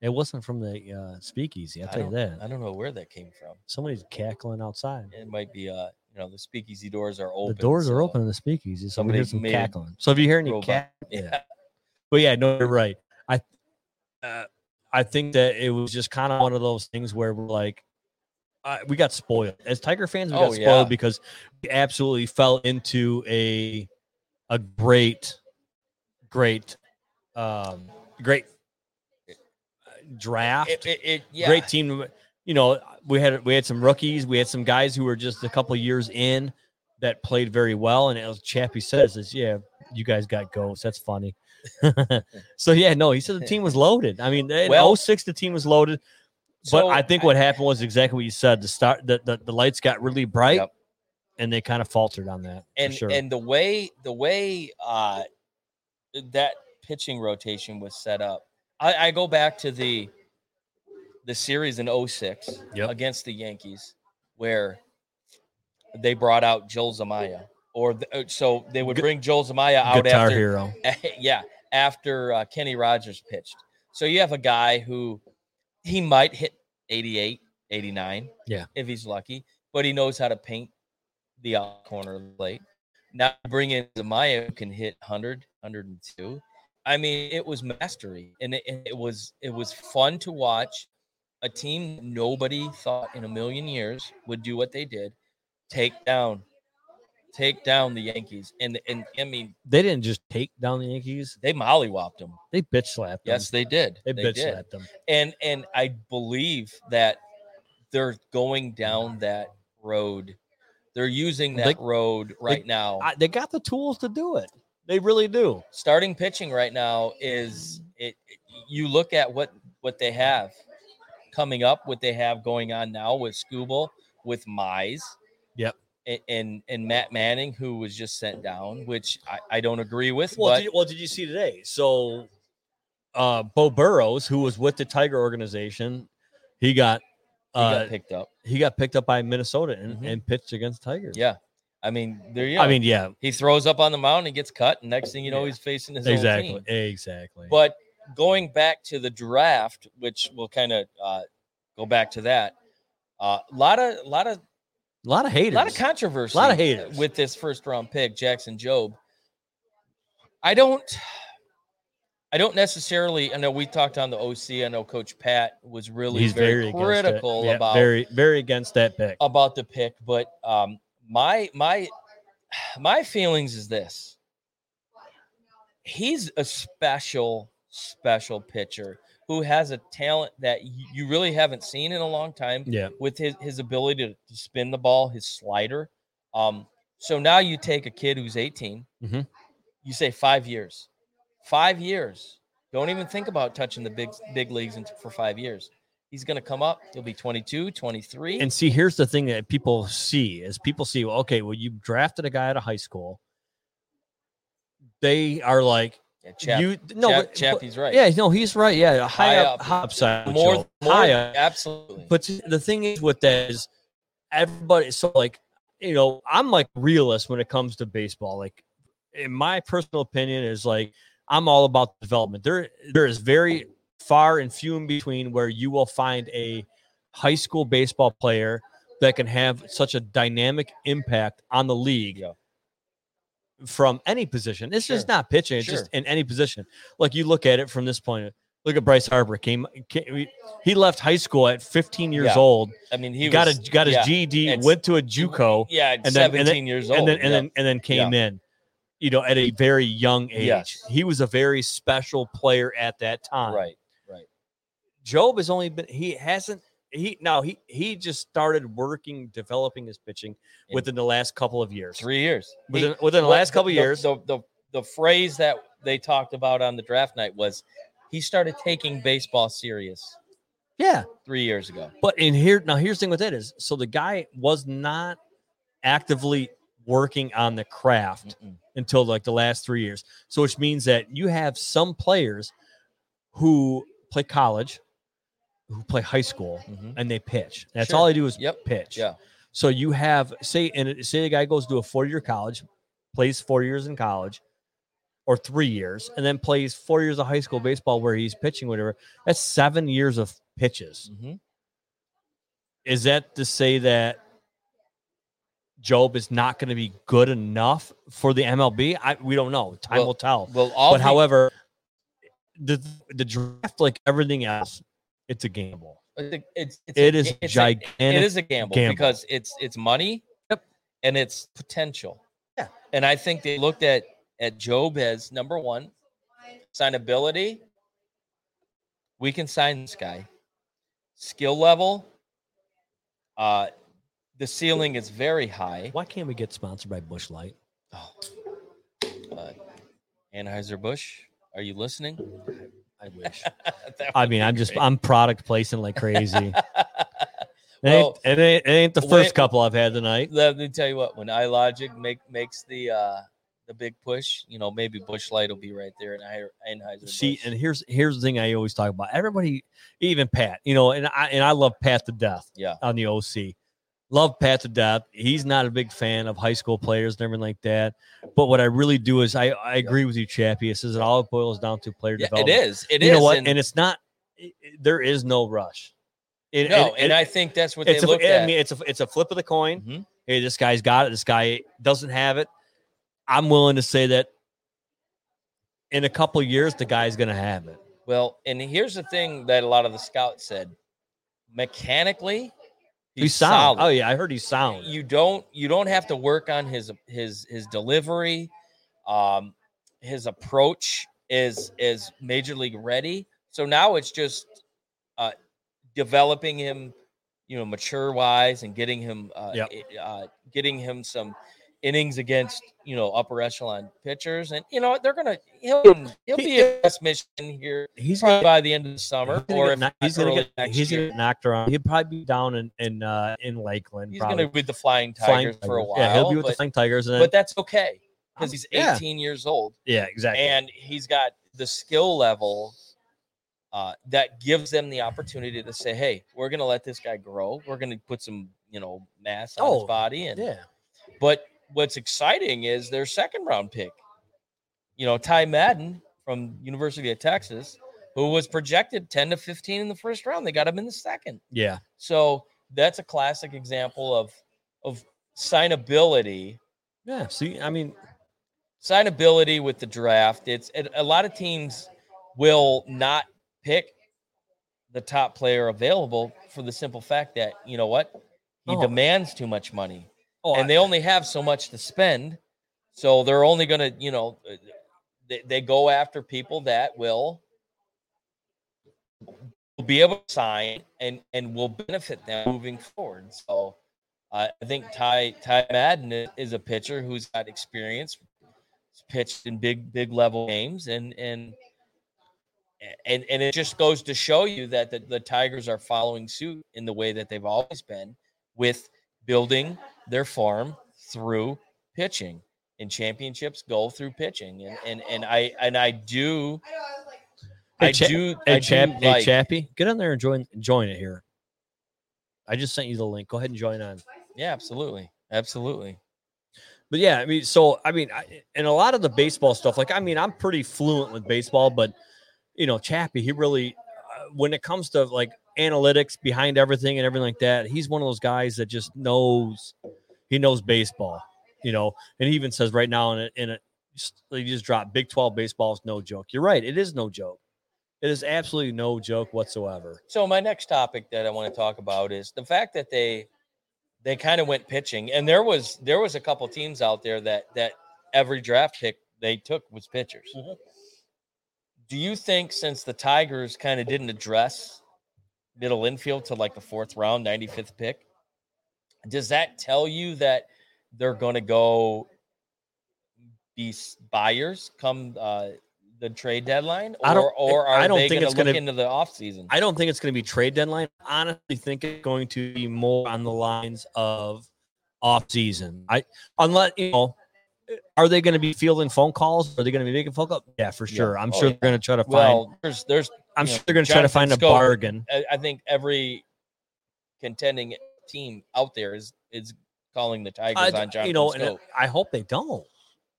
[SPEAKER 4] It wasn't from the uh, speakeasy. I'll
[SPEAKER 3] I
[SPEAKER 4] tell you
[SPEAKER 3] I
[SPEAKER 4] that.
[SPEAKER 3] don't know where that came from.
[SPEAKER 4] Somebody's cackling outside.
[SPEAKER 3] It might be uh you know the speakeasy doors are open.
[SPEAKER 4] the doors are
[SPEAKER 3] so-
[SPEAKER 4] open in the speakeasy. So we
[SPEAKER 3] somebody
[SPEAKER 4] hear some
[SPEAKER 3] made a
[SPEAKER 4] cackling. So if you hear any
[SPEAKER 3] robot.
[SPEAKER 4] cat,
[SPEAKER 3] Yeah.
[SPEAKER 4] But yeah, no, you're right. I uh, I think that it was just kind of one of those things where we're like, uh, we got spoiled as Tiger fans. We
[SPEAKER 3] Oh,
[SPEAKER 4] got spoiled
[SPEAKER 3] yeah.
[SPEAKER 4] because we absolutely fell into a a great, great, um, great uh, draft
[SPEAKER 3] It, it, it- yeah.
[SPEAKER 4] great team. You know, we had we had some rookies, we had some guys who were just a couple of years in that played very well. And as Chappie says, is yeah, you guys got goats. That's funny. so yeah, no, he said the team was loaded. I mean, in
[SPEAKER 3] Well-
[SPEAKER 4] 06, the team was loaded. But
[SPEAKER 3] So
[SPEAKER 4] I think what happened was exactly what you said. The start, the the, the lights got really bright,
[SPEAKER 3] Yep.
[SPEAKER 4] and they kind of faltered on that.
[SPEAKER 3] and
[SPEAKER 4] for sure.
[SPEAKER 3] and the way the way uh that pitching rotation was set up i i go back to the the series in 06
[SPEAKER 4] Yep.
[SPEAKER 3] against the yankees where they brought out joel zamaya or the, uh, so they would
[SPEAKER 4] Gu-
[SPEAKER 3] bring joel zamaya out
[SPEAKER 4] Guitar
[SPEAKER 3] after
[SPEAKER 4] hero.
[SPEAKER 3] yeah, after uh, Kenny Rogers pitched. So you have a guy who he might hit 88, 89.
[SPEAKER 4] Yeah.
[SPEAKER 3] If he's lucky, but he knows how to paint the out corner of the plate. Now bring in Zamaya who can hit 100, 102. I mean, it was mastery and it, and it was it was fun to watch a team nobody thought in a million years would do what they did, take down take down the Yankees. And and I mean,
[SPEAKER 4] They didn't just take down the Yankees;
[SPEAKER 3] they mollywopped them.
[SPEAKER 4] they bitch slapped. them.
[SPEAKER 3] Yes, they did.
[SPEAKER 4] they, bitch
[SPEAKER 3] did.
[SPEAKER 4] slapped them.
[SPEAKER 3] And and I believe that they're going down that road. They're using that
[SPEAKER 4] They-
[SPEAKER 3] road right now.
[SPEAKER 4] I, they got the tools to do it. They really do.
[SPEAKER 3] Starting pitching right now is it, it- You look at what what they have coming up, what they have going on now with Scooble, with Mize.
[SPEAKER 4] Yep.
[SPEAKER 3] a- And and Matt Manning, who was just sent down, which I, I don't agree with.
[SPEAKER 4] Well,
[SPEAKER 3] but
[SPEAKER 4] did, well, did you see today? So, uh, Bo Burrows, who was with the Tiger organization, he got
[SPEAKER 3] he
[SPEAKER 4] uh, he
[SPEAKER 3] got
[SPEAKER 4] got,
[SPEAKER 3] picked up.
[SPEAKER 4] picked up by Minnesota and,
[SPEAKER 3] Mhm.
[SPEAKER 4] and pitched against Tigers.
[SPEAKER 3] Yeah. I mean, there you go.
[SPEAKER 4] I mean, yeah,
[SPEAKER 3] he throws up on the mound and gets cut. And next thing you know,
[SPEAKER 4] Yeah.
[SPEAKER 3] he's facing his
[SPEAKER 4] exactly,
[SPEAKER 3] own team.
[SPEAKER 4] exactly.
[SPEAKER 3] But going back to the draft, which we'll kind of uh, go back to that, A uh, lot of lot of
[SPEAKER 4] A lot of haters.
[SPEAKER 3] a lot of controversy.
[SPEAKER 4] Lot of haters.
[SPEAKER 3] with this first round pick, Jackson Job. I don't. I don't necessarily. I know we talked on the OC. I know Coach Pat was really
[SPEAKER 4] He's very, against it.
[SPEAKER 3] critical
[SPEAKER 4] Yeah,
[SPEAKER 3] about Um,
[SPEAKER 4] very very against that pick.
[SPEAKER 3] about the pick, but um, my my my feelings is this: he's a special special pitcher who has a talent that y- you really haven't seen in a long time
[SPEAKER 4] yeah,
[SPEAKER 3] with his, his ability to, to spin the ball, his slider. Um, so now you take a kid who's 18,
[SPEAKER 4] Mhm.
[SPEAKER 3] you say five years, five years. Don't even think about touching the big big leagues in, for five years. He's going to come up. He'll be 22, 23.
[SPEAKER 4] and see, here's the thing that people see is people see. well, Okay, well, you drafted a guy out of high school. They are like
[SPEAKER 3] yeah, Chap,
[SPEAKER 4] you. No,
[SPEAKER 3] Chap-
[SPEAKER 4] but-
[SPEAKER 3] Chappie's right.
[SPEAKER 4] Yeah, no, he's right. Yeah, high,
[SPEAKER 3] High
[SPEAKER 4] up,
[SPEAKER 3] up.
[SPEAKER 4] high upside.
[SPEAKER 3] more,
[SPEAKER 4] Joe.
[SPEAKER 3] more
[SPEAKER 4] high up.
[SPEAKER 3] absolutely.
[SPEAKER 4] But the thing is with that is everybody. So like, you know, I'm like realist when it comes to baseball. Like, in my personal opinion, is like I'm all about development. There, there is very far and few in between where you will find a high school baseball player that can have such a dynamic impact on the league
[SPEAKER 3] Yeah.
[SPEAKER 4] from any position. It's just
[SPEAKER 3] Sure.
[SPEAKER 4] not pitching. It's just in any position. Like you look at it from this point. Look at Bryce Harper. Came, came he left high school at 15 years
[SPEAKER 3] Yeah.
[SPEAKER 4] old.
[SPEAKER 3] I mean, he
[SPEAKER 4] He got
[SPEAKER 3] was,
[SPEAKER 4] a got his
[SPEAKER 3] yeah,
[SPEAKER 4] GED.
[SPEAKER 3] it's-
[SPEAKER 4] Went to a JUCO
[SPEAKER 3] yeah,
[SPEAKER 4] and then- and then-
[SPEAKER 3] 17 years old.
[SPEAKER 4] and then and
[SPEAKER 3] yeah.
[SPEAKER 4] then and then came in you know at a very young age
[SPEAKER 3] Yes.
[SPEAKER 4] he was a very special player at that time
[SPEAKER 3] right.
[SPEAKER 4] job has only been he hasn't he now he he just started working developing his pitching
[SPEAKER 3] In
[SPEAKER 4] within the last couple of years
[SPEAKER 3] Three years. He-
[SPEAKER 4] within, within the
[SPEAKER 3] what-
[SPEAKER 4] last couple of years
[SPEAKER 3] The, the the phrase that they talked about on the draft night was he started taking baseball serious
[SPEAKER 4] yeah
[SPEAKER 3] three years ago.
[SPEAKER 4] But in here now, here's the thing with that is so the guy was not actively working on the craft
[SPEAKER 3] Mm-mm.
[SPEAKER 4] until like the last three years. So which means that you have some players who play college, who play high school,
[SPEAKER 3] Mhm.
[SPEAKER 4] and they pitch. That's
[SPEAKER 3] Sure.
[SPEAKER 4] all they do is
[SPEAKER 3] Yep.
[SPEAKER 4] pitch.
[SPEAKER 3] Yeah.
[SPEAKER 4] So you have say and it- say the guy goes to a four year college, plays four years in college, or three years, and then plays four years of high school baseball where he's pitching whatever. That's seven years of pitches
[SPEAKER 3] Mhm.
[SPEAKER 4] is that to say that Job is not going to be good enough for the MLB? I we don't know. Time
[SPEAKER 3] Well,
[SPEAKER 4] will tell.
[SPEAKER 3] Well, all
[SPEAKER 4] but
[SPEAKER 3] the-
[SPEAKER 4] however, the the draft, like everything else, it's a gamble.
[SPEAKER 3] I think it's, it's
[SPEAKER 4] It is
[SPEAKER 3] it's
[SPEAKER 4] gigantic.
[SPEAKER 3] it is a gamble,
[SPEAKER 4] gamble.
[SPEAKER 3] because it's it's money and it's potential.
[SPEAKER 4] Yeah.
[SPEAKER 3] And I think they looked at at Job as number one, signability. We can sign this guy. Skill level. Uh the ceiling is very high.
[SPEAKER 4] Why can't we get sponsored by Bush Light?
[SPEAKER 3] Oh. Uh, Anheuser Busch, are you listening?
[SPEAKER 4] I wish.
[SPEAKER 3] That
[SPEAKER 4] I
[SPEAKER 3] would
[SPEAKER 4] mean,
[SPEAKER 3] be
[SPEAKER 4] I'm just
[SPEAKER 3] great.
[SPEAKER 4] I'm product placing like crazy. it,
[SPEAKER 3] Well,
[SPEAKER 4] ain't, it, ain't, it ain't the
[SPEAKER 3] when
[SPEAKER 4] first
[SPEAKER 3] it-
[SPEAKER 4] couple I've had tonight.
[SPEAKER 3] Let me tell you what. When iLogic make makes the uh the big push, you know, maybe Bush Light will be right there in Anheuser.
[SPEAKER 4] See, and here's here's the thing I always talk about. Everybody, even Pat, you know, and I and I love Pat to death.
[SPEAKER 3] yeah,
[SPEAKER 4] on the OC. Love Pat to death. He's not a big fan of high school players and everything like that. But what I really do is I, I agree with you, Chappie. It says it all boils down to player
[SPEAKER 3] yeah, it
[SPEAKER 4] development.
[SPEAKER 3] is. It is.
[SPEAKER 4] you know what?
[SPEAKER 3] And,
[SPEAKER 4] And, it's not. it- it- there is no rush. It,
[SPEAKER 3] no,
[SPEAKER 4] it-
[SPEAKER 3] and
[SPEAKER 4] it-
[SPEAKER 3] I think that's what they
[SPEAKER 4] it's a,
[SPEAKER 3] looked
[SPEAKER 4] I
[SPEAKER 3] at.
[SPEAKER 4] mean, it's a it's a flip of the coin.
[SPEAKER 3] Mhm.
[SPEAKER 4] Hey, this guy's got it. This guy doesn't have it. I'm willing to say that in a couple years, the guy's going to have it.
[SPEAKER 3] Well, and here's the thing that a lot of the scouts said: mechanically,
[SPEAKER 4] He's, sound. Oh yeah, I heard he's sound.
[SPEAKER 3] you don't you don't have to work on his his his delivery um his approach is is major league ready so now it's just uh developing him you know mature wise and getting him uh,
[SPEAKER 4] Yep.
[SPEAKER 3] i- uh getting him some innings against you know upper echelon pitchers and you know what, they're gonna he'll he'll be in West Michigan here
[SPEAKER 4] he's
[SPEAKER 3] probably by the end of the summer
[SPEAKER 4] He's gonna
[SPEAKER 3] or
[SPEAKER 4] get
[SPEAKER 3] if
[SPEAKER 4] kno-
[SPEAKER 3] not
[SPEAKER 4] he's gonna
[SPEAKER 3] early
[SPEAKER 4] get
[SPEAKER 3] next
[SPEAKER 4] he's
[SPEAKER 3] year.
[SPEAKER 4] gonna get knocked around. He'd probably be down in in uh, in Lakeland.
[SPEAKER 3] he's
[SPEAKER 4] probably.
[SPEAKER 3] gonna be with the Flying
[SPEAKER 4] Flying
[SPEAKER 3] Tigers for a
[SPEAKER 4] Tigers.
[SPEAKER 3] while
[SPEAKER 4] Yeah, he'll be with
[SPEAKER 3] but-
[SPEAKER 4] the Flying Tigers. And then,
[SPEAKER 3] but that's okay because he's
[SPEAKER 4] Yeah.
[SPEAKER 3] 18 years old
[SPEAKER 4] yeah, exactly.
[SPEAKER 3] and he's got the skill level uh, that gives them the opportunity to say, "Hey, we're going to let this guy grow. We're going to put some, you know, mass on
[SPEAKER 4] Oh,
[SPEAKER 3] his body." And
[SPEAKER 4] yeah,
[SPEAKER 3] but what's exciting is their second round pick. You know, Ty Madden from University of Texas, who was projected 10 to 15 in the first round, they got him in the second.
[SPEAKER 4] yeah.
[SPEAKER 3] So that's a classic example of of signability
[SPEAKER 4] Yeah. See, I mean,
[SPEAKER 3] signability with the draft. It's it, a lot of teams will not pick the top player available for the simple fact that you know what he
[SPEAKER 4] Oh.
[SPEAKER 3] demands too much money
[SPEAKER 4] oh,
[SPEAKER 3] and they only have so much to spend so they're only going to you know uh, they, they go after people that will will be able to sign and and will benefit them moving forward so I i think ty ty madden i- is a pitcher who's got experience he's pitched in big big level games and and and and it just goes to show you that the, the tigers are following suit in the way that they've always been with building their farm through pitching and championships go through pitching and and, and i and i do
[SPEAKER 4] Hey,
[SPEAKER 3] i
[SPEAKER 4] Cha-
[SPEAKER 3] do
[SPEAKER 4] Hey,
[SPEAKER 3] I
[SPEAKER 4] Chap,
[SPEAKER 3] do
[SPEAKER 4] hey
[SPEAKER 3] like-
[SPEAKER 4] Chappie, get on there and join join it here. I just sent you the link. Go ahead and join on.
[SPEAKER 3] yeah absolutely absolutely
[SPEAKER 4] But yeah, I mean, so I mean, I, and a lot of the baseball stuff, like I mean, I'm pretty fluent with baseball, but you know, Chappie, he really, uh, when it comes to like analytics behind everything and everything like that, he's one of those guys that just knows, he knows baseball, you know, and he even says right now in a, in a just, he just dropped Big 12 baseball is no joke. You're right, it is no joke. It is absolutely no joke whatsoever.
[SPEAKER 3] so my next topic that i want to talk about is the fact that they they kind of went pitching and there was there was a couple teams out there that that every draft pick they took was pitchers
[SPEAKER 4] Mhm.
[SPEAKER 3] do you think since the tigers kind of didn't address middle infield to like the fourth round 95th pick does that tell you that they're going to go be s- buyers come uh, the trade deadline or
[SPEAKER 4] I don't-
[SPEAKER 3] or are
[SPEAKER 4] I don't
[SPEAKER 3] they going
[SPEAKER 4] think
[SPEAKER 3] to
[SPEAKER 4] it's
[SPEAKER 3] look
[SPEAKER 4] gonna-
[SPEAKER 3] into the offseason
[SPEAKER 4] I don't think it's going to be trade deadline. I honestly think it's going to be more on the lines of off season. I unless you know, are they going to be fielding phone calls? Are they going to be making phone calls? Yeah, for
[SPEAKER 3] Yeah.
[SPEAKER 4] sure. I'm
[SPEAKER 3] Oh,
[SPEAKER 4] sure
[SPEAKER 3] yeah.
[SPEAKER 4] they're going to try to find.
[SPEAKER 3] well there's there's
[SPEAKER 4] I'm
[SPEAKER 3] you
[SPEAKER 4] sure
[SPEAKER 3] know,
[SPEAKER 4] they're going to try to
[SPEAKER 3] Jonathan
[SPEAKER 4] find a
[SPEAKER 3] Scope.
[SPEAKER 4] bargain.
[SPEAKER 3] I, I think every contending team out there is is calling the Tigers
[SPEAKER 4] I-
[SPEAKER 3] on Jonathan
[SPEAKER 4] you know, and
[SPEAKER 3] Scope.
[SPEAKER 4] I hope they don't.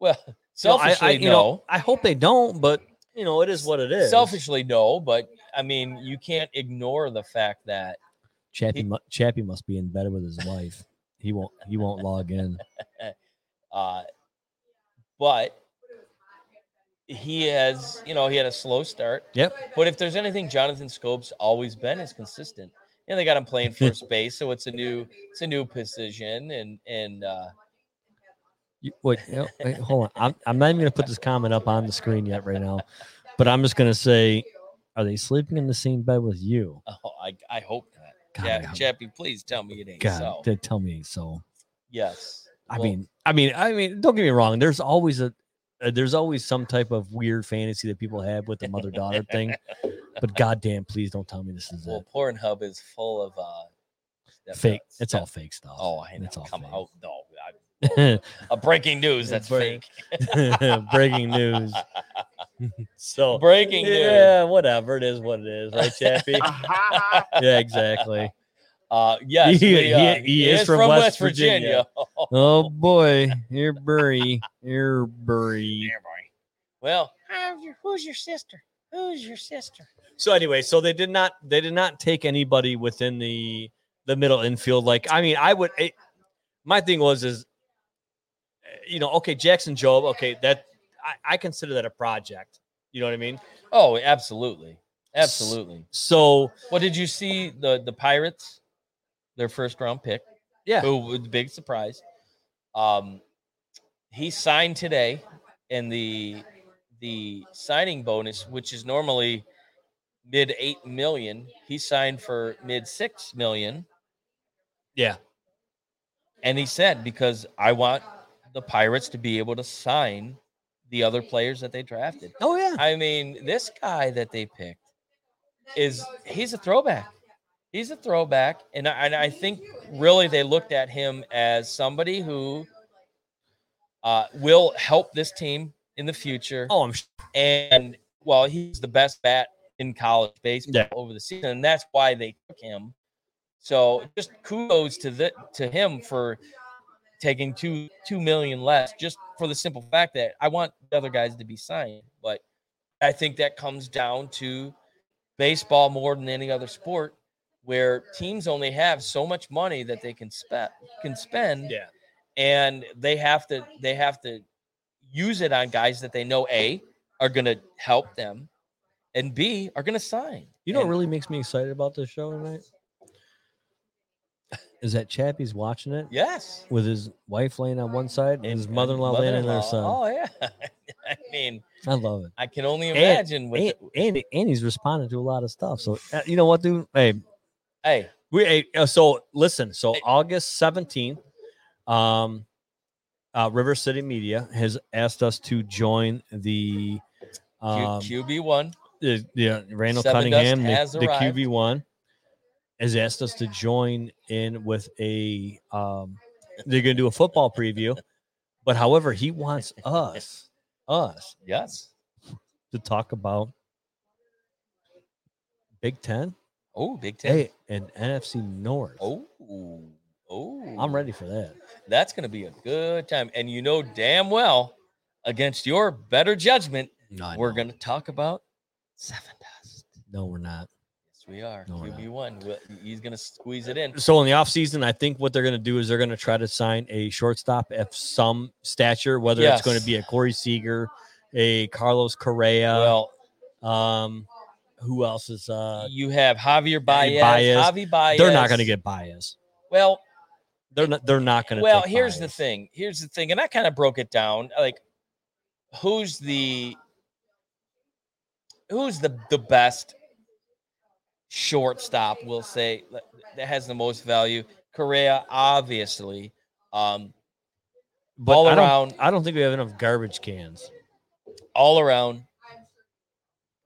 [SPEAKER 3] well,
[SPEAKER 4] You know, I- I-
[SPEAKER 3] selfishly
[SPEAKER 4] you know, I hope they don't, but you know, it is what it
[SPEAKER 3] no,
[SPEAKER 4] is.
[SPEAKER 3] selfishly no, but I mean you can't ignore the fact that
[SPEAKER 4] Chappie,
[SPEAKER 3] He-
[SPEAKER 4] mu- Chappie must be in bed with his wife. He won't. He won't log in.
[SPEAKER 3] uh, but he has you know he had a slow start.
[SPEAKER 4] Yep.
[SPEAKER 3] But if there's anything Jonathan Scope's always been is consistent. You know, they got him playing first base, so it's a new it's a new position and and uh
[SPEAKER 4] You, wait, you know, wait, hold on. I'm, I'm not even going to put this comment up on the screen yet right now, but I'm just going to say, are they sleeping in the same bed with you?
[SPEAKER 3] Oh, I, I hope not.
[SPEAKER 4] God, I
[SPEAKER 3] Yeah,
[SPEAKER 4] hope-
[SPEAKER 3] Chappie, please tell me it ain't
[SPEAKER 4] God,
[SPEAKER 3] so.
[SPEAKER 4] they tell me so.
[SPEAKER 3] yes.
[SPEAKER 4] I
[SPEAKER 3] Well,
[SPEAKER 4] mean, I mean, I mean, don't get me wrong. There's always a, uh, there's always some type of weird fantasy that people have with the mother daughter thing, but goddamn, please don't tell me this is
[SPEAKER 3] well,
[SPEAKER 4] it.
[SPEAKER 3] Pornhub is full of uh, step
[SPEAKER 4] uh, Fake.
[SPEAKER 3] nuts.
[SPEAKER 4] It's all fake stuff.
[SPEAKER 3] Oh, I know.
[SPEAKER 4] It's all
[SPEAKER 3] Come
[SPEAKER 4] fake.
[SPEAKER 3] out. No, I, uh, breaking news. That's
[SPEAKER 4] Break-
[SPEAKER 3] fake.
[SPEAKER 4] Breaking news. so
[SPEAKER 3] breaking news.
[SPEAKER 4] yeah, whatever it is, what it is, right, Chappie? yeah, exactly.
[SPEAKER 3] Uh, yes,
[SPEAKER 4] He-
[SPEAKER 3] we,
[SPEAKER 4] he-
[SPEAKER 3] uh,
[SPEAKER 4] he is from West Virginia. Oh boy, you're Burry. You're Burry.
[SPEAKER 3] well, how's your- who's your sister? Who's your sister?
[SPEAKER 4] So anyway, so they did not they did not take anybody within the the middle infield. Like I mean, I would. It, my thing was is, eh, you know, okay, Jackson Job. Okay, that I, I consider that a project. You know what I mean?
[SPEAKER 3] Oh, absolutely, absolutely.
[SPEAKER 4] So
[SPEAKER 3] Well, did you see the the Pirates, their first round pick?
[SPEAKER 4] Yeah.
[SPEAKER 3] who was a big surprise. Um, he signed today, and the the signing bonus, which is normally mid eight million, he signed for mid six million,
[SPEAKER 4] yeah,
[SPEAKER 3] and he said because I want the Pirates to be able to sign the other players that they drafted.
[SPEAKER 4] oh yeah,
[SPEAKER 3] I mean, this guy that they picked is he's a throwback. He's a throwback, and I, and I think really they looked at him as somebody who uh, will help this team in the future.
[SPEAKER 4] oh I'm. Sure.
[SPEAKER 3] And well, he's the best bat in college baseball
[SPEAKER 4] Yeah.
[SPEAKER 3] over the season, and that's why they took him. So just kudos to the to him for taking two two million less, just for the simple fact that I want the other guys to be signed. But I think that comes down to baseball more than any other sport. where teams only have so much money that they can spend can spend
[SPEAKER 4] Yeah.
[SPEAKER 3] and they have to they have to use it on guys that they know a are going to help them and b are going to sign
[SPEAKER 4] You know what
[SPEAKER 3] And-
[SPEAKER 4] really makes me excited about this show tonight? Is that Chappie's watching it
[SPEAKER 3] yes
[SPEAKER 4] with his wife laying on one side and, his mother in law laying on their side.
[SPEAKER 3] mother-in-law. oh yeah i mean
[SPEAKER 4] I love it.
[SPEAKER 3] i can only
[SPEAKER 4] And-
[SPEAKER 3] imagine with
[SPEAKER 4] And, and, and he's responding to a lot of stuff. So, uh, you know what, dude? Hey,
[SPEAKER 3] hey
[SPEAKER 4] We hey, uh, so listen. So
[SPEAKER 3] Hey.
[SPEAKER 4] August seventeenth, um, uh, River City Media has asked us to join the
[SPEAKER 3] Q-
[SPEAKER 4] um,
[SPEAKER 3] qb1
[SPEAKER 4] the, the Randall
[SPEAKER 3] Seven Dust
[SPEAKER 4] Cunningham,
[SPEAKER 3] has
[SPEAKER 4] the, the
[SPEAKER 3] arrived.
[SPEAKER 4] QB one, has asked us to join in with a. Um, they're going to do a football preview, but however, he wants us us
[SPEAKER 3] yes
[SPEAKER 4] to talk about Big Ten,
[SPEAKER 3] oh big 10
[SPEAKER 4] hey, and NFC North.
[SPEAKER 3] oh oh
[SPEAKER 4] I'm ready for that.
[SPEAKER 3] that's going to be a good time and you know damn well against your better judgment
[SPEAKER 4] No,
[SPEAKER 3] we're going to talk about seven dust
[SPEAKER 4] No, we're not.
[SPEAKER 3] Yes, we are.
[SPEAKER 4] No, we're not.
[SPEAKER 3] QB1. We'll- He's going to squeeze it in.
[SPEAKER 4] So in the offseason, I think what they're going to do is they're going to try to sign a shortstop of some stature, whether
[SPEAKER 3] Yes.
[SPEAKER 4] it's going to be a Corey Seager, a Carlos Correa.
[SPEAKER 3] well,
[SPEAKER 4] um, who else is? Uh,
[SPEAKER 3] you have Javier Baez,
[SPEAKER 4] Javi Baez.
[SPEAKER 3] Javi Baez.
[SPEAKER 4] they're not going to get bias.
[SPEAKER 3] Well,
[SPEAKER 4] They're not. They're not going to.
[SPEAKER 3] well, here's the thing. Here's the thing, and I kind of broke it down. Like, who's the who's the the best shortstop? We'll say like, that has the most value. Correa, obviously. Um,
[SPEAKER 4] But
[SPEAKER 3] all
[SPEAKER 4] I don't-
[SPEAKER 3] around,
[SPEAKER 4] I don't think we have enough garbage cans.
[SPEAKER 3] all around,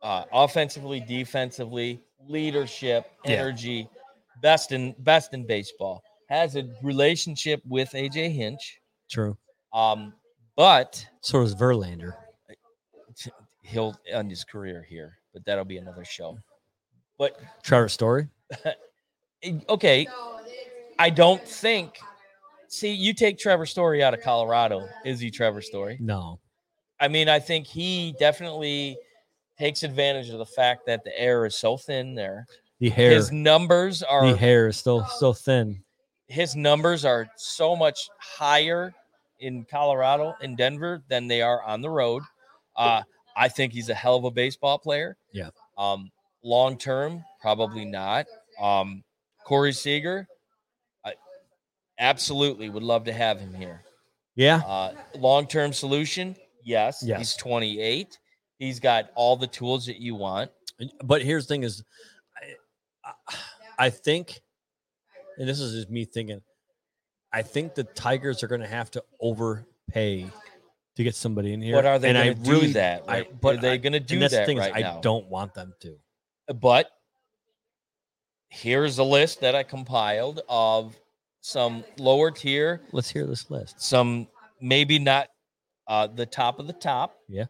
[SPEAKER 3] uh, offensively, defensively, leadership,
[SPEAKER 4] Yeah.
[SPEAKER 3] energy, best in best in baseball. Has a relationship with AJ Hinch,
[SPEAKER 4] True.
[SPEAKER 3] um, but
[SPEAKER 4] So does Verlander.
[SPEAKER 3] he'll end his career here. But that'll be another show. But
[SPEAKER 4] Trevor Story.
[SPEAKER 3] eh, okay, I don't think. See, you take Trevor Story out of Colorado. Is he Trevor Story?
[SPEAKER 4] No.
[SPEAKER 3] I mean, I think he definitely takes advantage of the fact that the air is so thin there.
[SPEAKER 4] The hair.
[SPEAKER 3] His numbers
[SPEAKER 4] The
[SPEAKER 3] are
[SPEAKER 4] hair is still so thin.
[SPEAKER 3] his numbers are so much higher in Colorado and Denver than they are on the road. Uh, I think he's a hell of a baseball player.
[SPEAKER 4] Yeah.
[SPEAKER 3] Um, long term, probably not. Um, Corey Seager, I absolutely would love to have him here.
[SPEAKER 4] Yeah.
[SPEAKER 3] Uh, long term solution, yes.
[SPEAKER 4] Yes.
[SPEAKER 3] He's 28. He's got all the tools that you want.
[SPEAKER 4] But here's the thing is, I, I- I think, and this is just me thinking, I think the Tigers are going to have to overpay to get somebody in here.
[SPEAKER 3] But are they
[SPEAKER 4] And I
[SPEAKER 3] going to do
[SPEAKER 4] really-
[SPEAKER 3] that?
[SPEAKER 4] I-
[SPEAKER 3] Right?
[SPEAKER 4] but
[SPEAKER 3] are they
[SPEAKER 4] I-
[SPEAKER 3] going to
[SPEAKER 4] And
[SPEAKER 3] do
[SPEAKER 4] that's the
[SPEAKER 3] that
[SPEAKER 4] thing is,
[SPEAKER 3] right now?
[SPEAKER 4] I don't want them to.
[SPEAKER 3] but here's a list that I compiled of some lower tier,
[SPEAKER 4] Let's hear this list.
[SPEAKER 3] some maybe not uh, the top of the top.
[SPEAKER 4] Yeah.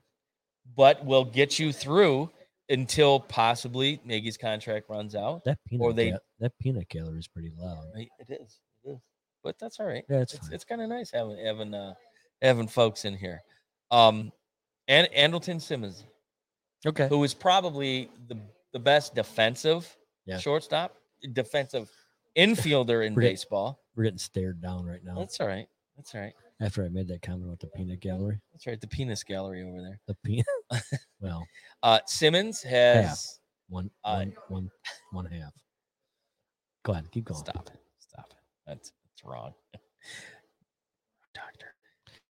[SPEAKER 3] But will get you through until possibly Miggy's contract runs out.
[SPEAKER 4] That peanut,
[SPEAKER 3] they-
[SPEAKER 4] gal- that peanut gallery is pretty loud.
[SPEAKER 3] It is. It is. But that's all right.
[SPEAKER 4] Yeah, it's,
[SPEAKER 3] It's,
[SPEAKER 4] fine.
[SPEAKER 3] it's kind of nice having having uh, having folks in here. Um and Andleton Simmons,
[SPEAKER 4] okay.
[SPEAKER 3] who is probably the the best defensive
[SPEAKER 4] Yeah.
[SPEAKER 3] shortstop, defensive infielder in
[SPEAKER 4] Forget-
[SPEAKER 3] baseball.
[SPEAKER 4] We're getting stared down right now
[SPEAKER 3] That's all right. That's all right.
[SPEAKER 4] after I made that comment about the peanut gallery.
[SPEAKER 3] That's right. The penis gallery over there.
[SPEAKER 4] The peanut. well,
[SPEAKER 3] Uh, Simmons has
[SPEAKER 4] one,
[SPEAKER 3] Uh,
[SPEAKER 4] one, one, one half. Go ahead. Keep going.
[SPEAKER 3] stop it. Stop it. That's that's wrong. Doctor.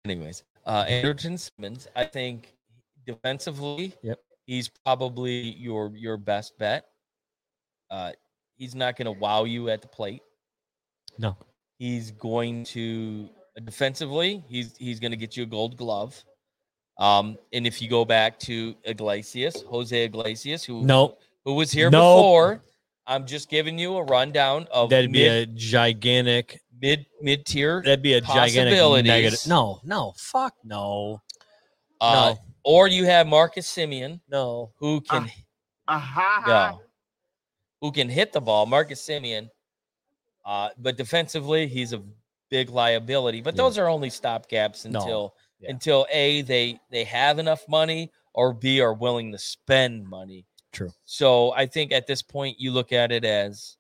[SPEAKER 3] Anyways, uh, Anderton Simmons. I think defensively,
[SPEAKER 4] Yep.
[SPEAKER 3] he's probably your your best bet. Uh, he's not going to wow you at the plate.
[SPEAKER 4] No.
[SPEAKER 3] he's going to defensively he's he's going to get you a gold glove um and if you go back to iglesias jose iglesias who
[SPEAKER 4] No.
[SPEAKER 3] who was here
[SPEAKER 4] Nope.
[SPEAKER 3] before i'm just giving you a rundown of
[SPEAKER 4] That'd be
[SPEAKER 3] mid,
[SPEAKER 4] a gigantic.
[SPEAKER 3] mid mid-tier
[SPEAKER 4] That'd be a gigantic negative.
[SPEAKER 3] Possibilities.
[SPEAKER 4] No, no, fuck no,
[SPEAKER 3] uh, or you have marcus simeon
[SPEAKER 4] no,
[SPEAKER 3] who can
[SPEAKER 1] Aha.
[SPEAKER 3] go who can hit the ball marcus simeon uh but defensively he's a big liability but
[SPEAKER 4] Yeah.
[SPEAKER 3] those are only stopgaps
[SPEAKER 4] No.
[SPEAKER 3] until
[SPEAKER 4] Yeah.
[SPEAKER 3] until a they they have enough money or b are willing to spend money
[SPEAKER 4] True.
[SPEAKER 3] so i think at this point you look at it as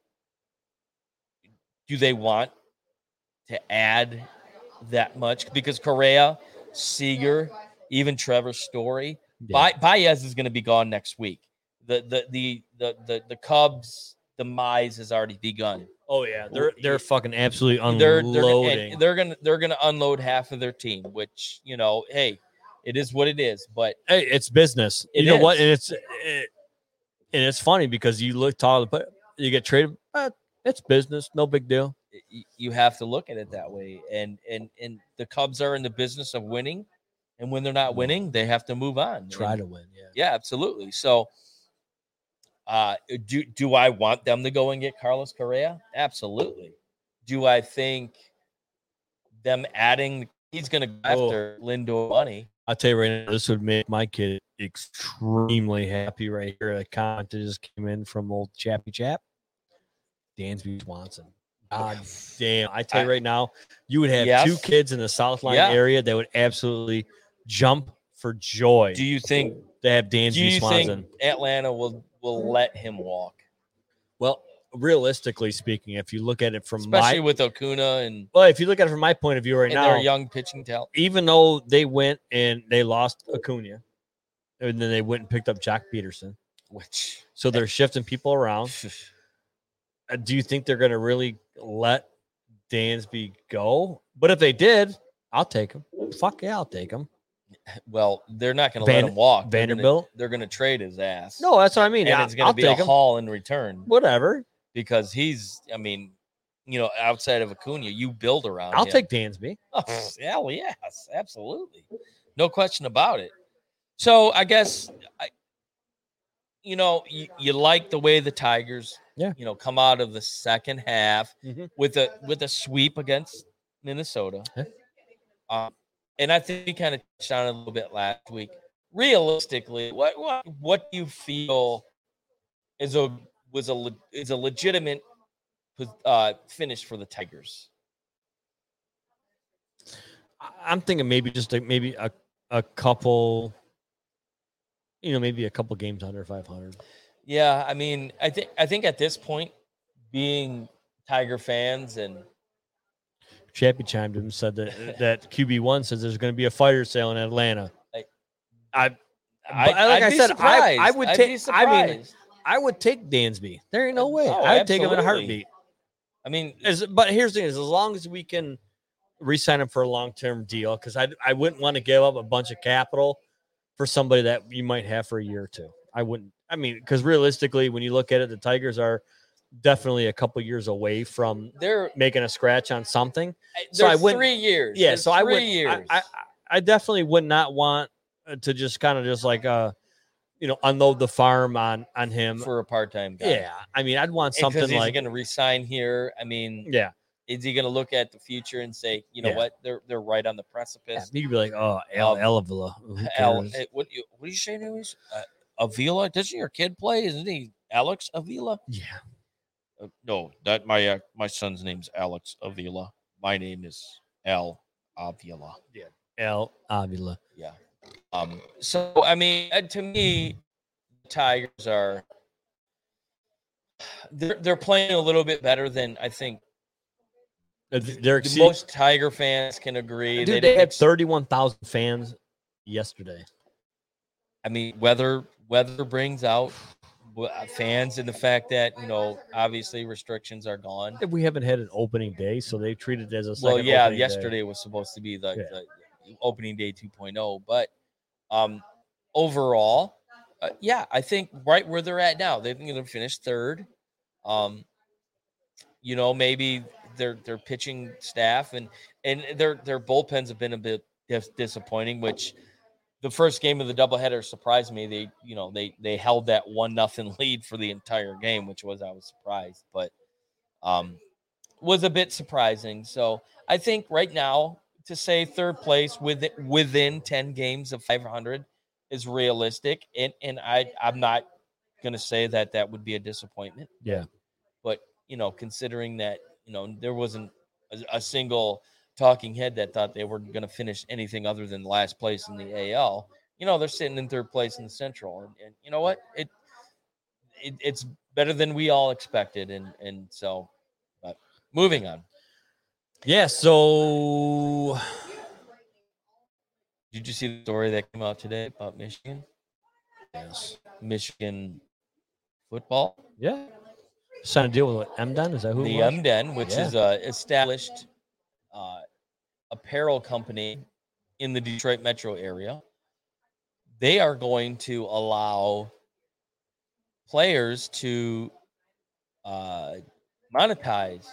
[SPEAKER 3] do they want to add that much? Because Correa, Seager, even Trevor Story,
[SPEAKER 4] Yeah.
[SPEAKER 3] Ba- Baez is going to be gone next week. The the the the the, the Cubs demise has already begun.
[SPEAKER 4] Oh yeah, they're they're fucking absolutely
[SPEAKER 3] They're
[SPEAKER 4] unloading.
[SPEAKER 3] they're and they're gonna they're gonna unload half of their team, which you know, hey, it is what it is. But
[SPEAKER 4] hey, it's business.
[SPEAKER 3] It
[SPEAKER 4] you know
[SPEAKER 3] is.
[SPEAKER 4] what? And it's it, and it's funny because you look tall, but you get traded. eh, it's business, no big deal.
[SPEAKER 3] y- you have to look at it that way. And and and the Cubs are in the business of winning, and when they're not winning, they have to move on.
[SPEAKER 4] Try
[SPEAKER 3] And-
[SPEAKER 4] to win. Yeah.
[SPEAKER 3] yeah, absolutely. So, uh, do do I want them to go and get Carlos Correa? Absolutely. Do I think them adding he's going to go
[SPEAKER 4] Oh.
[SPEAKER 3] after Lindor money?
[SPEAKER 4] I'll tell you right now, this would make my kid extremely happy right here. A comment that just came in from old Chappy Chap, Dansby Swanson. God damn. I tell you
[SPEAKER 3] I-
[SPEAKER 4] right now, you would have
[SPEAKER 3] Yes.
[SPEAKER 4] two kids in the South Line
[SPEAKER 3] Yeah.
[SPEAKER 4] area that would absolutely jump for joy
[SPEAKER 3] Do you think?
[SPEAKER 4] to have Dansby
[SPEAKER 3] Do you
[SPEAKER 4] Swanson.
[SPEAKER 3] think Atlanta will will let him walk,
[SPEAKER 4] well, realistically speaking, if you look at it from
[SPEAKER 3] especially
[SPEAKER 4] my
[SPEAKER 3] with Okuna and,
[SPEAKER 4] well, if you look at it from my point of view right
[SPEAKER 3] and
[SPEAKER 4] now,
[SPEAKER 3] their young pitching talent?
[SPEAKER 4] even though they went and they lost Acuna, and then they went and picked up Jack Peterson.
[SPEAKER 3] Which
[SPEAKER 4] So they're shifting people around. Uh, Do you think they're going to really let Dansby go? But if they did, I'll take him. Fuck yeah, I'll take him.
[SPEAKER 3] well, they're not going to
[SPEAKER 4] Van-
[SPEAKER 3] let him walk. They're gonna-
[SPEAKER 4] Vanderbilt.
[SPEAKER 3] they're going to trade his ass.
[SPEAKER 4] No, that's what I mean.
[SPEAKER 3] and
[SPEAKER 4] I,
[SPEAKER 3] it's going
[SPEAKER 4] will
[SPEAKER 3] to be a
[SPEAKER 4] take him.
[SPEAKER 3] haul in return.
[SPEAKER 4] Whatever.
[SPEAKER 3] because he's, I mean, you know, outside of Acuna, you build around.
[SPEAKER 4] I'll
[SPEAKER 3] him.
[SPEAKER 4] take Dansby.
[SPEAKER 3] Oh, hell yes, absolutely, no question about it. So I guess, I, you know, you, you like the way the Tigers,
[SPEAKER 4] Yeah.
[SPEAKER 3] you know, come out of the second half
[SPEAKER 4] Mhm.
[SPEAKER 3] with a with a sweep against Minnesota.
[SPEAKER 4] Yeah.
[SPEAKER 3] Um, and I think we kind of touched on it a little bit last week. Realistically, what what what do you feel is a was a le- is a legitimate uh, finish for the Tigers?
[SPEAKER 4] I- I'm thinking maybe just like maybe a, a couple, you know, maybe a couple games under 500.
[SPEAKER 3] Yeah, I mean, I think I think at this point, being Tiger fans and
[SPEAKER 4] Chappie chimed him said that that QB one says there's going to be a fire sale in Atlanta.
[SPEAKER 3] Like-
[SPEAKER 4] I,
[SPEAKER 3] I,
[SPEAKER 4] But like
[SPEAKER 3] I'd
[SPEAKER 4] I
[SPEAKER 3] be
[SPEAKER 4] said, I-
[SPEAKER 3] surprised.
[SPEAKER 4] I would
[SPEAKER 3] I'd
[SPEAKER 4] take-
[SPEAKER 3] be
[SPEAKER 4] I mean-
[SPEAKER 3] surprised.
[SPEAKER 4] I would take Dansby. There ain't no way.
[SPEAKER 3] Oh,
[SPEAKER 4] I'd take him in a
[SPEAKER 3] absolutely.
[SPEAKER 4] heartbeat.
[SPEAKER 3] I mean,
[SPEAKER 4] As, but here's the thing: is as long as we can re-sign him for a long-term deal, because I I wouldn't want to give up a bunch of capital for somebody that you might have for a year or two. I wouldn't. I mean, because realistically, when you look at it, the Tigers are definitely a couple years away from
[SPEAKER 3] they're
[SPEAKER 4] making a scratch on something. so
[SPEAKER 3] so
[SPEAKER 4] I wouldn't-
[SPEAKER 3] three years.
[SPEAKER 4] yeah
[SPEAKER 3] They're
[SPEAKER 4] so i
[SPEAKER 3] three
[SPEAKER 4] would
[SPEAKER 3] years.
[SPEAKER 4] I, I i definitely would not want uh, to just kind of just like uh you know unload the farm on on him
[SPEAKER 3] for a part-time guy.
[SPEAKER 4] um, yeah i mean i'd want
[SPEAKER 3] something
[SPEAKER 4] something
[SPEAKER 3] he's
[SPEAKER 4] like
[SPEAKER 3] going to resign here. I mean,
[SPEAKER 4] yeah,
[SPEAKER 3] is he going to look at the future and say, you know
[SPEAKER 4] Yeah.
[SPEAKER 3] what, they're they're right on the precipice?
[SPEAKER 4] you'd be like oh Al Elavila, who
[SPEAKER 3] Al,
[SPEAKER 4] cares?
[SPEAKER 3] eh, what you what do you say to his uh, Avila? Doesn't your kid play? Isn't he Alex Avila?
[SPEAKER 4] yeah
[SPEAKER 3] Uh, no, that my uh, my son's name's Alex Avila. My name is Al Avila.
[SPEAKER 4] Al Avila.
[SPEAKER 3] Yeah. Um. So I mean, uh, to me, the Tigers are they're they're playing a little bit better than I think
[SPEAKER 4] Uh, th- They're
[SPEAKER 3] the
[SPEAKER 4] exceeding,
[SPEAKER 3] most Tiger fans can agree.
[SPEAKER 4] dude,
[SPEAKER 3] They
[SPEAKER 4] they,
[SPEAKER 3] didn't
[SPEAKER 4] had
[SPEAKER 3] ex-
[SPEAKER 4] thirty-one thousand fans yesterday.
[SPEAKER 3] I mean, weather weather brings out w- uh, fans and the fact that you know obviously restrictions are gone.
[SPEAKER 4] We haven't had an opening day, so they treated it as a second
[SPEAKER 3] well yeah
[SPEAKER 4] opening day.
[SPEAKER 3] yesterday was supposed to be the,
[SPEAKER 4] Yeah.
[SPEAKER 3] the opening day 2.0 but um overall uh, yeah i think right where they're at now they're going to finish third um you know maybe their their pitching staff and and their their bullpens have been a bit dis- disappointing which the first game of the doubleheader surprised me they you know they they held that one nothing lead for the entire game which was i was surprised but um was a bit surprising so I think right now to say third place with within 10 games of 500 is realistic and and I I'm not going to say that that would be a disappointment.
[SPEAKER 4] Yeah.
[SPEAKER 3] But you know, considering that, you know, there wasn't a, a single talking head that thought they were going to finish anything other than last place in the AL. You know, they're sitting in third place in the Central and, and you know what? It, it it's better than we all expected and and so Moving on.
[SPEAKER 4] Yeah. So
[SPEAKER 3] Did you see the story that came out today about Michigan? Yes. Michigan football.
[SPEAKER 4] yeah, trying to deal with what MDON is that who? it
[SPEAKER 3] the
[SPEAKER 4] was?
[SPEAKER 3] MDEN, which
[SPEAKER 4] Yeah.
[SPEAKER 3] is a established uh, apparel company in the Detroit metro area, they are going to allow players to uh, monetize.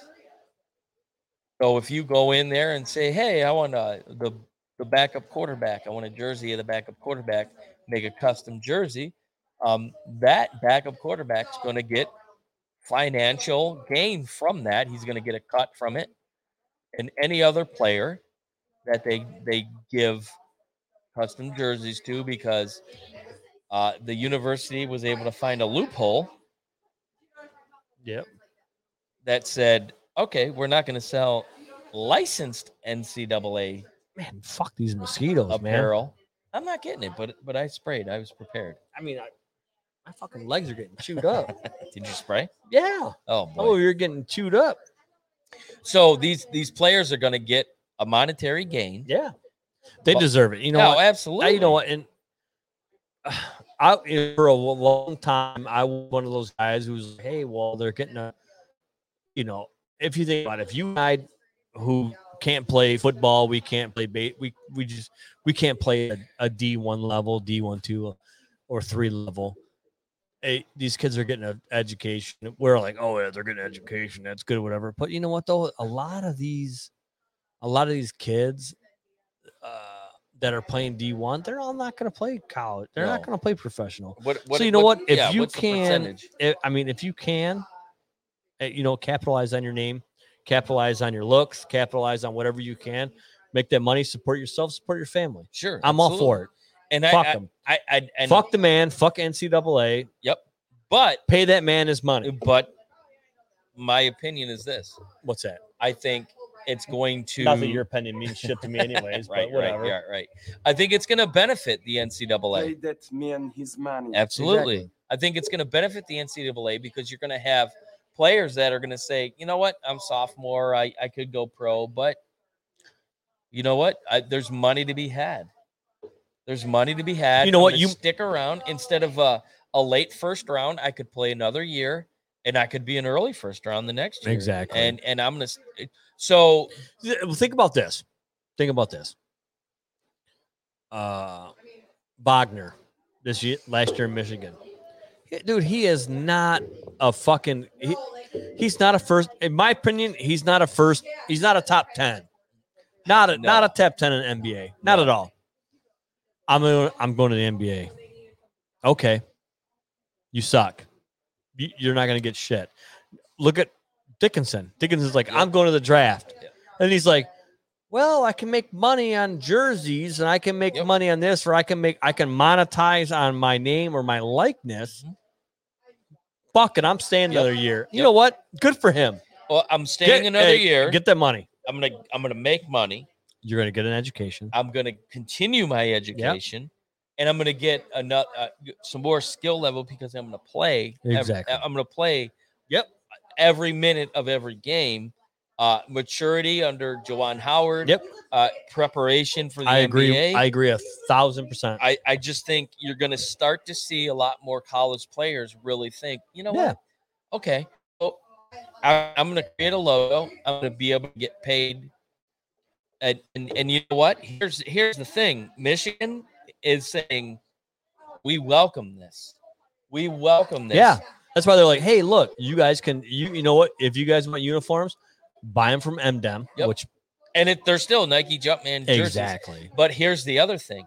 [SPEAKER 3] So if you go in there and say, "Hey, I want uh, the the backup quarterback. I want a jersey of the backup quarterback. Make a custom jersey." Um, that backup quarterback's going to get financial gain from that. He's going to get a cut from it. And any other player that they they give custom jerseys to because uh, the university was able to find a loophole
[SPEAKER 4] Yep.
[SPEAKER 3] that said, okay, we're not going to sell licensed NCAA
[SPEAKER 4] Man, fuck these mosquitoes, man.
[SPEAKER 3] apparel. I'm not getting it, but but I sprayed. I was prepared.
[SPEAKER 4] I mean, I, my fucking legs are getting chewed up.
[SPEAKER 3] Did you spray?
[SPEAKER 4] yeah.
[SPEAKER 3] Oh boy.
[SPEAKER 4] Oh, you're getting chewed up.
[SPEAKER 3] So these these players are going to get a monetary gain.
[SPEAKER 4] Yeah. They
[SPEAKER 3] Well,
[SPEAKER 4] deserve it. You know,
[SPEAKER 3] no,
[SPEAKER 4] what?
[SPEAKER 3] absolutely.
[SPEAKER 4] Now, you know what? And uh, I you know, for a long time, I was one of those guys who was, hey, well, they're getting a, you know, if you think about it, if you and I who can't play football, we can't play bait, we we just we can't play a, a D one level, D one two, or three level. Hey, these kids are getting an education. We're like, oh yeah, they're getting education. That's good, whatever. But you know what though? A lot of these, a lot of these kids, uh, that are playing D one, they're all not going to play college. They're not
[SPEAKER 3] No.
[SPEAKER 4] going to play professional.
[SPEAKER 3] What,
[SPEAKER 4] so you know what? If
[SPEAKER 3] yeah,
[SPEAKER 4] you
[SPEAKER 3] what's the
[SPEAKER 4] can,
[SPEAKER 3] percentage?
[SPEAKER 4] i I mean, if you can, eh, you know, capitalize on your name, capitalize on your looks, capitalize on whatever you can, make that money, support yourself, support your family.
[SPEAKER 3] sure,
[SPEAKER 4] I'm all for it.
[SPEAKER 3] And
[SPEAKER 4] Fuck
[SPEAKER 3] I,
[SPEAKER 4] them.
[SPEAKER 3] I, I, I and,
[SPEAKER 4] Fuck the man. Fuck NCAA.
[SPEAKER 3] but
[SPEAKER 4] Pay that man his money.
[SPEAKER 3] but my opinion is this:
[SPEAKER 4] What's that?
[SPEAKER 3] I think it's going to
[SPEAKER 4] Not that your opinion means shit to me, anyways.
[SPEAKER 3] right,
[SPEAKER 4] but
[SPEAKER 3] right,
[SPEAKER 4] whatever.
[SPEAKER 3] yeah, right. I think it's going to benefit the
[SPEAKER 1] Pay
[SPEAKER 3] NCAA.
[SPEAKER 1] that man his money.
[SPEAKER 3] Absolutely, I think it's going to benefit the NCAA because you're going to have players that are going to say, you know what, I'm sophomore, I, I could go pro, but you know what, I, there's money to be had. There's money to be had.
[SPEAKER 4] You know
[SPEAKER 3] I'm
[SPEAKER 4] what,
[SPEAKER 3] gonna
[SPEAKER 4] you-
[SPEAKER 3] stick around instead of a, a late first round. I could play another year, and I could be an early first round the next year.
[SPEAKER 4] Exactly.
[SPEAKER 3] And and I'm gonna. s- So
[SPEAKER 4] Th- well, think about this. Think about this. Uh, Wagner, this year, last year in Michigan, Yeah, dude, he is not a fucking. He, he's not a first. In my opinion, he's not a first. He's not a top ten. Not a
[SPEAKER 3] No.
[SPEAKER 4] not a top ten in NBA. Not
[SPEAKER 3] No.
[SPEAKER 4] at all. I'm going. I'm going to the NBA. Okay, you suck. You- You're not going to get shit. Look at Dickinson. Dickinson's like, I'm going to the draft.
[SPEAKER 3] Yep.
[SPEAKER 4] And he's like, well, I can make money on jerseys and I can make
[SPEAKER 3] Yep.
[SPEAKER 4] money on this, or I can make, I can monetize on my name or my likeness.
[SPEAKER 3] Mhm.
[SPEAKER 4] Fuck it. I'm staying
[SPEAKER 3] Yep.
[SPEAKER 4] another year. You
[SPEAKER 3] Yep.
[SPEAKER 4] know what? Good for him.
[SPEAKER 3] well, I'm staying
[SPEAKER 4] Get-
[SPEAKER 3] another
[SPEAKER 4] hey,
[SPEAKER 3] year.
[SPEAKER 4] Get that money.
[SPEAKER 3] I'm gonna I'm gonna make money.
[SPEAKER 4] You're going to get an education.
[SPEAKER 3] I'm going to continue my education and I'm going to get another uh, some more skill level because I'm going to play ev-
[SPEAKER 4] Exactly.
[SPEAKER 3] I'm going to play
[SPEAKER 4] Yep.
[SPEAKER 3] every minute of every game. Uh, maturity under Jawan Howard.
[SPEAKER 4] Yep.
[SPEAKER 3] Uh, preparation for the
[SPEAKER 4] I agree.
[SPEAKER 3] NBA.
[SPEAKER 4] I agree a thousand percent.
[SPEAKER 3] I, I just think you're going to start to see a lot more college players really think, you know
[SPEAKER 4] Yeah.
[SPEAKER 3] what? Okay. So I, I'm going to create a logo. I'm going to be able to get paid. And, and, and you know what? Here's here's the thing. Michigan is saying we welcome this. We welcome this.
[SPEAKER 4] Yeah. That's why they're like, hey, look, you guys can, you, you know what? If you guys want uniforms, buy them from MDEM,
[SPEAKER 3] Yep.
[SPEAKER 4] which
[SPEAKER 3] And it, they're still Nike Jumpman jerseys.
[SPEAKER 4] exactly.
[SPEAKER 3] But here's the other thing.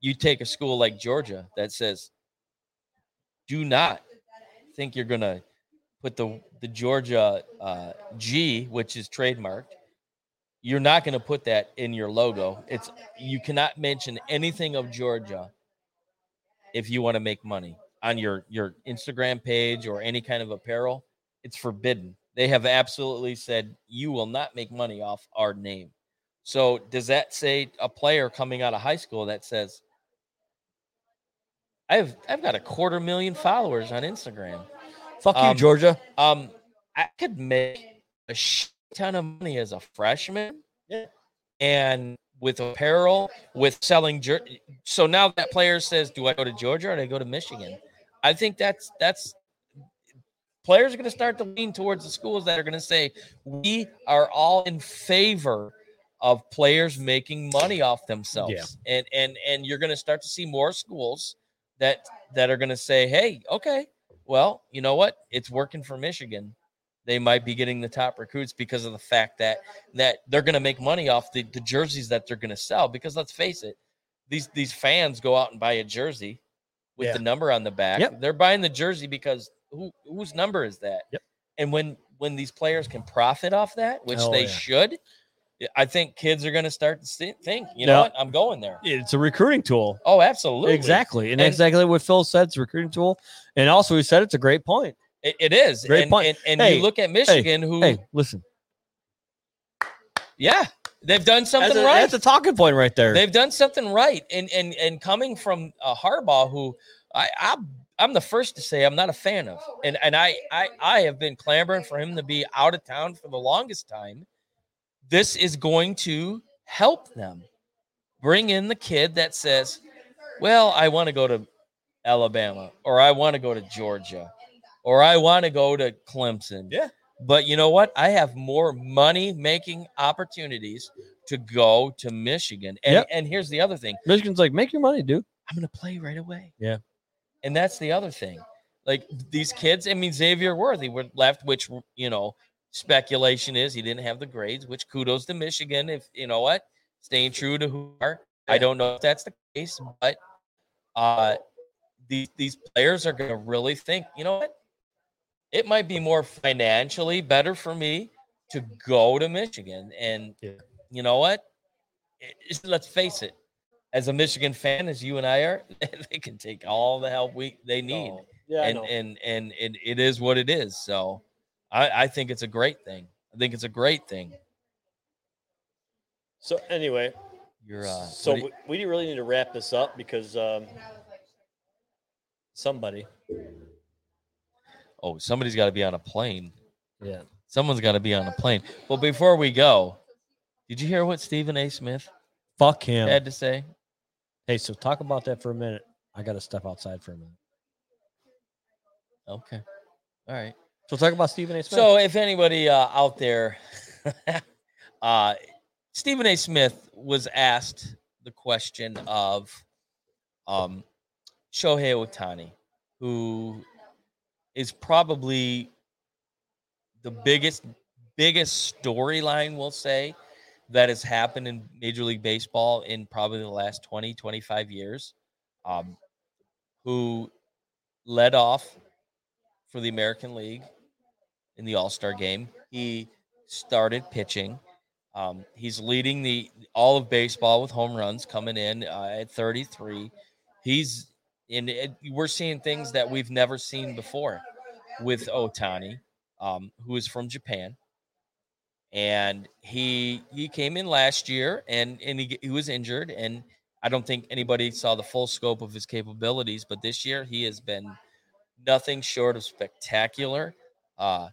[SPEAKER 3] You take a school like Georgia that says, do not think you're going to put the, the Georgia uh, G, which is trademarked, you're not going to put that in your logo. It's You cannot mention anything of Georgia if you want to make money on your, your Instagram page or any kind of apparel. It's forbidden. They have absolutely said, you will not make money off our name. So does that say a player coming out of high school that says, "I've I've got a quarter million followers on Instagram.
[SPEAKER 4] Fuck you,
[SPEAKER 3] Um,
[SPEAKER 4] Georgia.
[SPEAKER 3] Um, I could make a shit ton of money as a freshman.
[SPEAKER 4] Yeah.
[SPEAKER 3] And with apparel, with selling jer- so now that player says, "Do I go to Georgia or do I go to Michigan?" I think that's that's players are going to start to lean towards the schools that are going to say, "We are all in favor of players making money off themselves," and and and you're going to start to see more schools that that are going to say, "Hey, okay, well, you know what? It's working for Michigan." They might be getting the top recruits because of the fact that that they're going to make money off the, the jerseys that they're going to sell. Because let's face it, these these fans go out and buy a jersey with
[SPEAKER 4] Yeah.
[SPEAKER 3] the number on the back.
[SPEAKER 4] Yep.
[SPEAKER 3] They're buying the jersey because who whose number is that?
[SPEAKER 4] Yep.
[SPEAKER 3] And when when these players can profit off that, which
[SPEAKER 4] Oh,
[SPEAKER 3] they
[SPEAKER 4] yeah.
[SPEAKER 3] should, I think kids are going to start to see, think, you
[SPEAKER 4] Now-
[SPEAKER 3] know what? I'm going there.
[SPEAKER 4] It's a recruiting tool.
[SPEAKER 3] Oh, absolutely.
[SPEAKER 4] Exactly. And,
[SPEAKER 3] And-
[SPEAKER 4] exactly what Phil said, it's a recruiting tool. And also he said it's a great point.
[SPEAKER 3] It, it is.
[SPEAKER 4] Great
[SPEAKER 3] and,
[SPEAKER 4] point.
[SPEAKER 3] And, and
[SPEAKER 4] Hey,
[SPEAKER 3] you look at Michigan, who,
[SPEAKER 4] Hey, listen.
[SPEAKER 3] yeah, they've done something
[SPEAKER 4] that's a,
[SPEAKER 3] right.
[SPEAKER 4] That's a talking point right there.
[SPEAKER 3] They've done something right, and and and coming from uh, Harbaugh, who I, I I'm the first to say I'm not a fan of, and and I I I have been clamoring for him to be out of town for the longest time. This is going to help them bring in the kid that says, "Well, I want to go to Alabama, or I want to go to Georgia, or I want to go to Clemson."
[SPEAKER 4] Yeah.
[SPEAKER 3] But you know what? I have more money making opportunities to go to Michigan. And
[SPEAKER 4] Yep.
[SPEAKER 3] and here's the other thing.
[SPEAKER 4] Michigan's like, make your money, dude.
[SPEAKER 3] I'm gonna play right away.
[SPEAKER 4] Yeah.
[SPEAKER 3] And that's the other thing. Like these kids, I mean Xavier Worthy were left, which you know, speculation is he didn't have the grades, which kudos to Michigan. If you know what, staying true to who you are. I don't know if that's the case, but uh these these players are gonna really think, you know what? It might be more financially better for me to go to Michigan. And
[SPEAKER 4] Yeah.
[SPEAKER 3] you know what? It- it's- let's face it, as a Michigan fan, as you and I are, they can take all the help we they need.
[SPEAKER 4] Oh, Yeah.
[SPEAKER 3] and, and and and it is what it is. So I, I think it's a great thing. I think it's a great thing.
[SPEAKER 4] so anyway,
[SPEAKER 3] You're uh,
[SPEAKER 4] so
[SPEAKER 3] what do you-
[SPEAKER 4] we, we really need to wrap this up because um, somebody.
[SPEAKER 3] oh, somebody's got to be on a plane.
[SPEAKER 4] Yeah.
[SPEAKER 3] Someone's got to be on a plane. Well, before we go, did you hear what Stephen A. Smith
[SPEAKER 4] Fuck him.
[SPEAKER 3] had to say?
[SPEAKER 4] Hey, so talk about that for a minute. I got to step outside for a minute.
[SPEAKER 3] Okay, all right.
[SPEAKER 4] So talk about Stephen A. Smith.
[SPEAKER 3] So, if anybody uh, out there, uh, Stephen A. Smith was asked the question of um, Shohei Otani, who is probably the biggest biggest storyline, we'll say, that has happened in Major League Baseball in probably the last 20, 25 years, um, who led off for the American League in the All Star game. He started pitching. Um, he's leading the all of baseball with home runs coming in uh, at 33. He's and it, we're seeing things that we've never seen before with Otani, um, who is from Japan, and he he came in last year and and he, he was injured and I don't think anybody saw the full scope of his capabilities, but this year he has been nothing short of spectacular. Uh,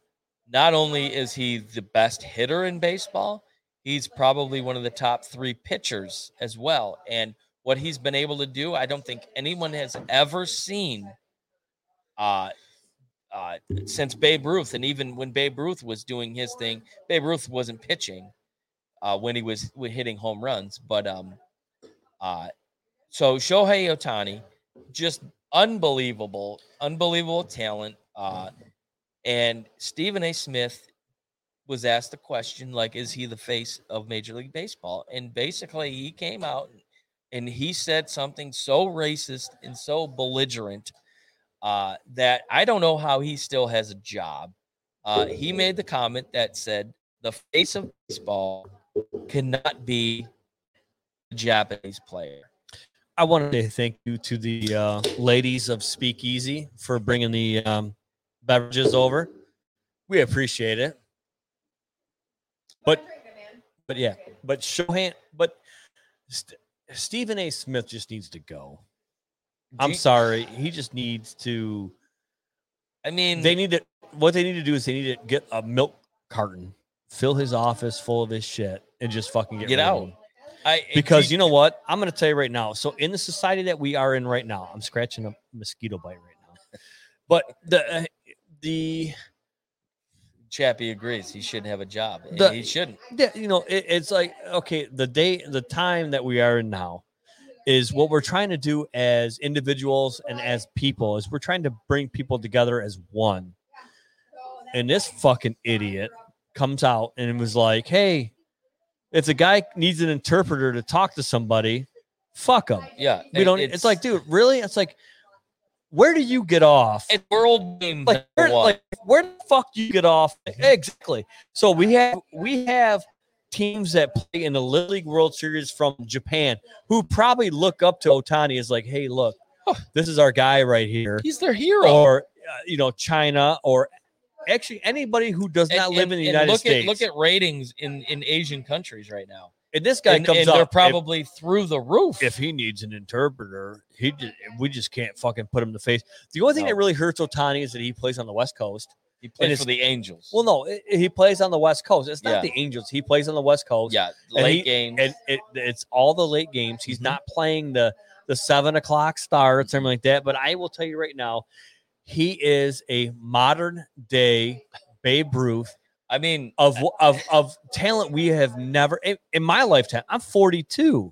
[SPEAKER 3] not only is he the best hitter in baseball, he's probably one of the top three pitchers as well. And what he's been able to do, I don't think anyone has ever seen uh, uh, since Babe Ruth. And even when Babe Ruth was doing his thing, Babe Ruth wasn't pitching uh, when he was when hitting home runs. But um, uh, so Shohei Otani, just unbelievable, unbelievable talent. Uh, and Stephen A. Smith was asked the question, like, is he the face of Major League Baseball? And basically, he came out and he said something so racist and so belligerent uh, that I don't know how he still has a job. Uh, he made the comment that said the face of baseball cannot be a Japanese player.
[SPEAKER 4] I want to say thank you to the uh, ladies of Speakeasy for bringing the um, beverages over. We appreciate it. But, but yeah, but Shohan, but St- Stephen A. Smith just needs to go. I'm
[SPEAKER 3] Do-
[SPEAKER 4] sorry, he just needs to.
[SPEAKER 3] I mean,
[SPEAKER 4] They need to. What they need to do is they need to get a milk carton fill his office full of his shit, and just fucking get,
[SPEAKER 3] Get
[SPEAKER 4] rid of
[SPEAKER 3] out.
[SPEAKER 4] him.
[SPEAKER 3] I
[SPEAKER 4] Because you know what? I'm going to tell you right now. So in the society that we are in right now, I'm scratching a mosquito bite right now. But the uh, the,
[SPEAKER 3] Chappie agrees he shouldn't have a job. and
[SPEAKER 4] The-
[SPEAKER 3] he shouldn't.
[SPEAKER 4] the you know it, it's like okay, the day the time that we are in now is what we're trying to do as individuals and as people is we're trying to bring people together as one. And this fucking idiot comes out and was like, "Hey, if the guy needs an interpreter to talk to somebody, fuck him."
[SPEAKER 3] Yeah,
[SPEAKER 4] we don't it's, like dude really it's like where do you get off
[SPEAKER 3] it's world game.
[SPEAKER 4] like where,
[SPEAKER 3] number one.
[SPEAKER 4] like where the fuck do you get off exactly so we have we have teams that play in the little league world series from japan who probably look up to otani is like hey look this is our guy right here
[SPEAKER 3] he's their hero.
[SPEAKER 4] or uh, you know china or actually anybody who does
[SPEAKER 3] And-
[SPEAKER 4] not live
[SPEAKER 3] and-
[SPEAKER 4] in the
[SPEAKER 3] and
[SPEAKER 4] united
[SPEAKER 3] look
[SPEAKER 4] states
[SPEAKER 3] At, look at ratings in in Asian countries right now.
[SPEAKER 4] and this guy
[SPEAKER 3] and,
[SPEAKER 4] comes
[SPEAKER 3] and
[SPEAKER 4] up
[SPEAKER 3] they're
[SPEAKER 4] if-
[SPEAKER 3] probably through the roof.
[SPEAKER 4] if he needs an interpreter, he just, we just can't fucking put him to face. The only thing
[SPEAKER 3] No.
[SPEAKER 4] that really hurts Otani is that he plays on the West Coast.
[SPEAKER 3] he
[SPEAKER 4] and
[SPEAKER 3] plays
[SPEAKER 4] it's-
[SPEAKER 3] for the Angels.
[SPEAKER 4] Well, no, i- he plays on the West Coast. It's not
[SPEAKER 3] Yeah.
[SPEAKER 4] the Angels. He plays on the West Coast.
[SPEAKER 3] yeah,
[SPEAKER 4] and
[SPEAKER 3] late
[SPEAKER 4] he-
[SPEAKER 3] games.
[SPEAKER 4] and it, it's all the late games. He's
[SPEAKER 3] Mhm.
[SPEAKER 4] not playing the the seven o'clock starts something like that. But I will tell you right now, he is a modern day Babe Ruth
[SPEAKER 3] I mean,
[SPEAKER 4] of of of talent we have never in, in my lifetime. I'm 42.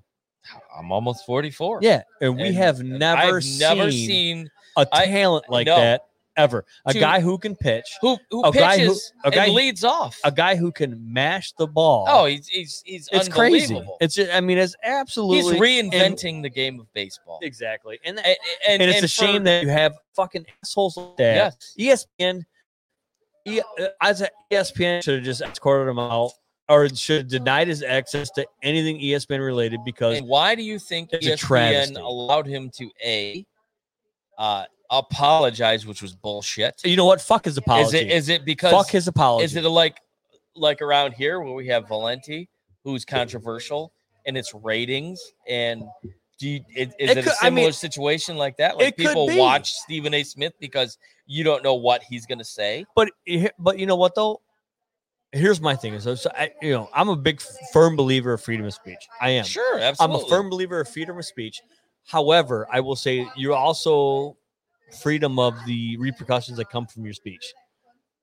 [SPEAKER 3] I'm almost 44.
[SPEAKER 4] Yeah, and we
[SPEAKER 3] And
[SPEAKER 4] have never
[SPEAKER 3] I've never seen
[SPEAKER 4] a
[SPEAKER 3] I-
[SPEAKER 4] talent like
[SPEAKER 3] no.
[SPEAKER 4] that ever. A
[SPEAKER 3] To-
[SPEAKER 4] guy who can pitch,
[SPEAKER 3] who who
[SPEAKER 4] A guy who-
[SPEAKER 3] pitches
[SPEAKER 4] a guy-
[SPEAKER 3] and leads off.
[SPEAKER 4] a guy who can mash the ball.
[SPEAKER 3] oh, he's he's he's
[SPEAKER 4] it's crazy.
[SPEAKER 3] unbelievable.
[SPEAKER 4] It's just, I mean, it's absolutely
[SPEAKER 3] He's reinventing the game of baseball. And,
[SPEAKER 4] exactly, and that-
[SPEAKER 3] and,
[SPEAKER 4] and, it's
[SPEAKER 3] and
[SPEAKER 4] a shame
[SPEAKER 3] for-
[SPEAKER 4] that you have fucking assholes like that.
[SPEAKER 3] yes.
[SPEAKER 4] ESPN, E- uh, I said ESPN should have just escorted him out, or should have denied his access to anything E ESPN related because
[SPEAKER 3] And why do you think E
[SPEAKER 4] It's a travesty.
[SPEAKER 3] ESPN allowed him to a uh, apologize, which was bullshit?
[SPEAKER 4] you know what? Fuck his
[SPEAKER 3] Is
[SPEAKER 4] apology.
[SPEAKER 3] it is it because
[SPEAKER 4] Fuck his apology.
[SPEAKER 3] is it like like around here where we have Valenti who's controversial and it's ratings and do you, it, is
[SPEAKER 4] It
[SPEAKER 3] it,
[SPEAKER 4] could-
[SPEAKER 3] a
[SPEAKER 4] I mean,
[SPEAKER 3] similar situation like that? Like
[SPEAKER 4] it could
[SPEAKER 3] people
[SPEAKER 4] be.
[SPEAKER 3] watch Stephen A. Smith because you don't know what he's going to say.
[SPEAKER 4] But he- but you know what though? Here's my thing is so I, you know I'm a big firm believer of freedom of speech. I am.
[SPEAKER 3] Sure,
[SPEAKER 4] I'm
[SPEAKER 3] absolutely.
[SPEAKER 4] a firm believer of freedom of speech. However, I will say you're also freedom of the repercussions that come from your speech.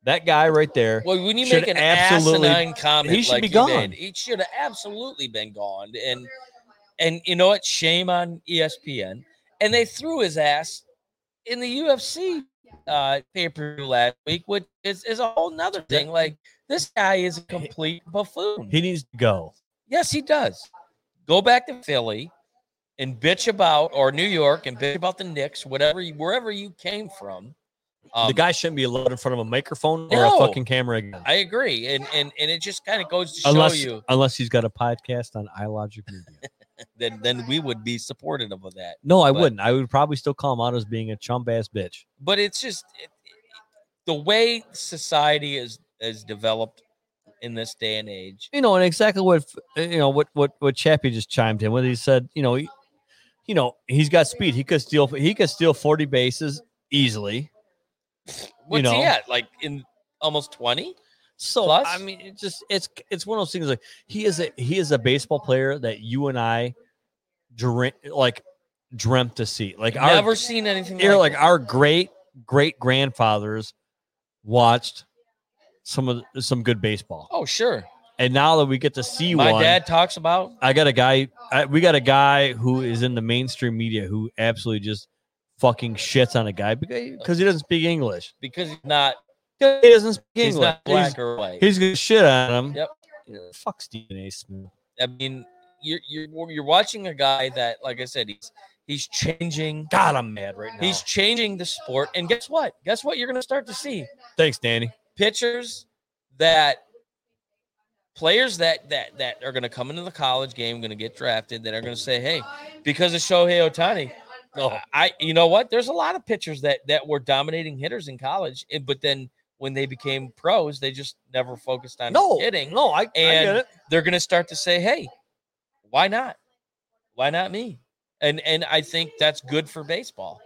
[SPEAKER 4] That guy right there.
[SPEAKER 3] Well, when you
[SPEAKER 4] should
[SPEAKER 3] make an
[SPEAKER 4] absolutely-
[SPEAKER 3] asinine comment,
[SPEAKER 4] he should
[SPEAKER 3] like
[SPEAKER 4] be
[SPEAKER 3] he
[SPEAKER 4] gone.
[SPEAKER 3] Did, he should have absolutely been gone. And and you know what? Shame on E ESPN. And they threw his ass in the UFC uh, pay per view last week, which is, is a whole nother thing. Like this guy is a complete buffoon.
[SPEAKER 4] He needs to go.
[SPEAKER 3] yes, he does. Go back to Philly and bitch about or New York and bitch about the Knicks, whatever you, wherever you came from. Um,
[SPEAKER 4] the guy shouldn't be allowed in front of a microphone or
[SPEAKER 3] No.
[SPEAKER 4] a fucking camera again.
[SPEAKER 3] I agree, and and and it just kind of goes to show
[SPEAKER 4] unless
[SPEAKER 3] you.
[SPEAKER 4] unless he's got a podcast on iLogic Media.
[SPEAKER 3] then then we would be supportive of that.
[SPEAKER 4] No, I
[SPEAKER 3] But-
[SPEAKER 4] wouldn't. I would probably still call him out as being a chump ass bitch.
[SPEAKER 3] But it's just it, the way society is is developed in this day and age.
[SPEAKER 4] you know, and exactly what uh, you know what what what Chappie just chimed in with. He said, you know, he, you know, he's got speed. He could steal. He could steal forty bases easily.
[SPEAKER 3] What's
[SPEAKER 4] know?
[SPEAKER 3] he at? Like in almost twenty?
[SPEAKER 4] So
[SPEAKER 3] Plus?
[SPEAKER 4] I mean, it just it's it's one of those things. Like he is a he is a baseball player that you and I, dream, like, dreamt to see. Like our
[SPEAKER 3] Never seen anything
[SPEAKER 4] you know, like
[SPEAKER 3] that.
[SPEAKER 4] our great great grandfathers watched some of the- some good baseball,
[SPEAKER 3] Oh sure.
[SPEAKER 4] and now that we get to see
[SPEAKER 3] My
[SPEAKER 4] one,
[SPEAKER 3] dad talks about
[SPEAKER 4] I got a guy. I, we got a guy who is in the mainstream media who absolutely just fucking shits on a guy because he doesn't speak English.
[SPEAKER 3] because he's not
[SPEAKER 4] He doesn't speak
[SPEAKER 3] he's
[SPEAKER 4] English.
[SPEAKER 3] not black or white.
[SPEAKER 4] he's, he's gonna shit on him.
[SPEAKER 3] Yep.
[SPEAKER 4] Fuck Stephen A. Smith.
[SPEAKER 3] I mean, you're you're you're watching a guy that, like I said, he's he's changing.
[SPEAKER 4] God, I'm mad right now.
[SPEAKER 3] He's changing the sport, and guess what? Guess what? You're going to start to see
[SPEAKER 4] Thanks, Danny.
[SPEAKER 3] pitchers that players that that that are going to come into the college game, going to get drafted, that are going to say, "Hey, because of Shohei Otani, I you know what? There's a lot of pitchers that that were dominating hitters in college, and- but then when they became pros, they just never focused on
[SPEAKER 4] No,
[SPEAKER 3] hitting.
[SPEAKER 4] no, I, I get
[SPEAKER 3] And-
[SPEAKER 4] it.
[SPEAKER 3] They're going to start to say, "Hey, why not? Why not me?" And and I think that's good for baseball.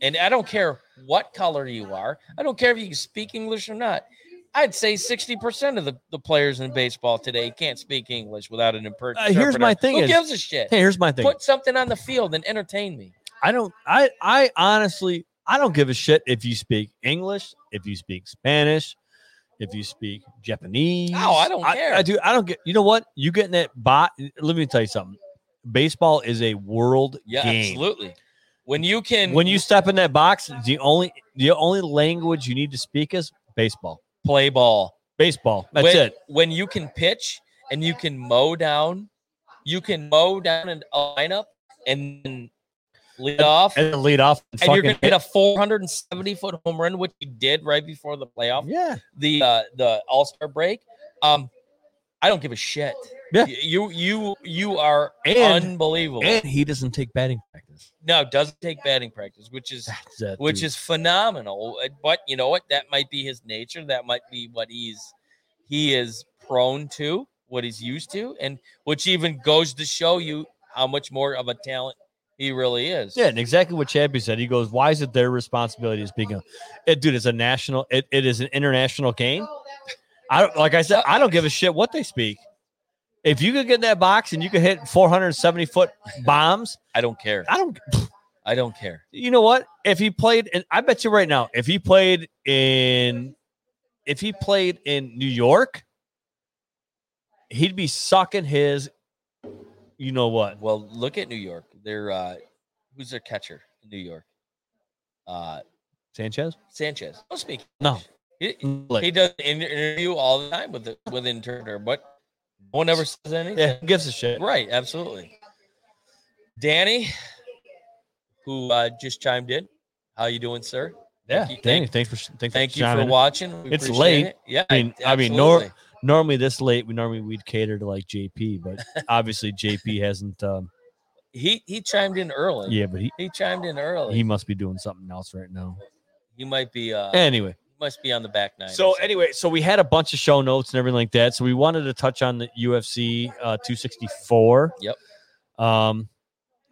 [SPEAKER 3] And I don't care what color you are. I don't care if you can speak English or not. I'd say 60% of the, the players in baseball today can't speak English without an imper-
[SPEAKER 4] Uh, here's my
[SPEAKER 3] interpreter.
[SPEAKER 4] thing
[SPEAKER 3] Who
[SPEAKER 4] is-
[SPEAKER 3] gives a shit?
[SPEAKER 4] Hey, here's my thing.
[SPEAKER 3] Put something on the field and entertain me.
[SPEAKER 4] I don't. I I honestly I don't give a shit if you speak English, if you speak Spanish, if you speak Japanese.
[SPEAKER 3] No, I don't care.
[SPEAKER 4] I, do. I don't get. You know what? You getting that bot? Let me tell you something. Baseball is a world
[SPEAKER 3] Yeah,
[SPEAKER 4] game.
[SPEAKER 3] absolutely. When you can
[SPEAKER 4] When you step in that box, the only the only language you need to speak is baseball.
[SPEAKER 3] play ball,
[SPEAKER 4] Baseball. That's
[SPEAKER 3] when,
[SPEAKER 4] it.
[SPEAKER 3] When you can pitch and you can mow down, you can mow down an- a lineup and then lead off, and,
[SPEAKER 4] And then lead off. And,
[SPEAKER 3] you're going
[SPEAKER 4] fucking
[SPEAKER 3] to hit a 470 foot home run, which you did right before the playoff,
[SPEAKER 4] Yeah.
[SPEAKER 3] the uh, the All Star break. Um, I don't give a shit.
[SPEAKER 4] Yeah.
[SPEAKER 3] you you you are
[SPEAKER 4] And-
[SPEAKER 3] unbelievable.
[SPEAKER 4] And he doesn't take batting practice.
[SPEAKER 3] no, it doesn't take batting practice, which is
[SPEAKER 4] That's it,
[SPEAKER 3] which
[SPEAKER 4] dude.
[SPEAKER 3] is phenomenal. Uh, But you know what? That might be his nature. That might be what he's he is prone to, what he's used to, and which even goes to show you how much more of a talent he really is.
[SPEAKER 4] Yeah, and exactly what Chappie said. He goes, "Why is it their responsibility to speak?" English?" It, dude, it's a national. It, it is an international game. I don't like. I said, I don't give a shit what they speak. If you could get in that box and you could hit 470 foot bombs,
[SPEAKER 3] I don't care.
[SPEAKER 4] I don't.
[SPEAKER 3] I don't care.
[SPEAKER 4] You know what? If he played, and I bet you right now, if he played in, if he played in New York, he'd be sucking his. You know what?
[SPEAKER 3] Well, look at New York. They're uh who's their catcher in New York? Uh
[SPEAKER 4] Sanchez?
[SPEAKER 3] Sanchez. Don't speak.
[SPEAKER 4] No.
[SPEAKER 3] He,
[SPEAKER 4] Mm, Like,
[SPEAKER 3] he does inter- interview all the time with the with the interpreter, but no one ever says anything.
[SPEAKER 4] yeah, who gives a shit.
[SPEAKER 3] Right, absolutely. Danny, who uh, just chimed in, how you doing, sir?
[SPEAKER 4] Yeah,
[SPEAKER 3] Thank you-
[SPEAKER 4] Danny, thanks for thanks
[SPEAKER 3] Thank
[SPEAKER 4] for
[SPEAKER 3] you for
[SPEAKER 4] chiming in.
[SPEAKER 3] watching. We
[SPEAKER 4] It's
[SPEAKER 3] appreciate
[SPEAKER 4] late.
[SPEAKER 3] it. Yeah,
[SPEAKER 4] I mean- I mean, nor-
[SPEAKER 3] absolutely.
[SPEAKER 4] Normally this late, we normally we'd cater to like JP, but obviously JP hasn't. Um,
[SPEAKER 3] he he chimed in early.
[SPEAKER 4] yeah, but he
[SPEAKER 3] he chimed in early.
[SPEAKER 4] he
[SPEAKER 3] He,
[SPEAKER 4] must be doing something else right now.
[SPEAKER 3] might be uh
[SPEAKER 4] Anyway,
[SPEAKER 3] must be on the back nine. or
[SPEAKER 4] so
[SPEAKER 3] something.
[SPEAKER 4] anyway, so we had a bunch of show notes and everything like that. So we wanted to touch on the UFC uh, 264.
[SPEAKER 3] Yep.
[SPEAKER 4] Um,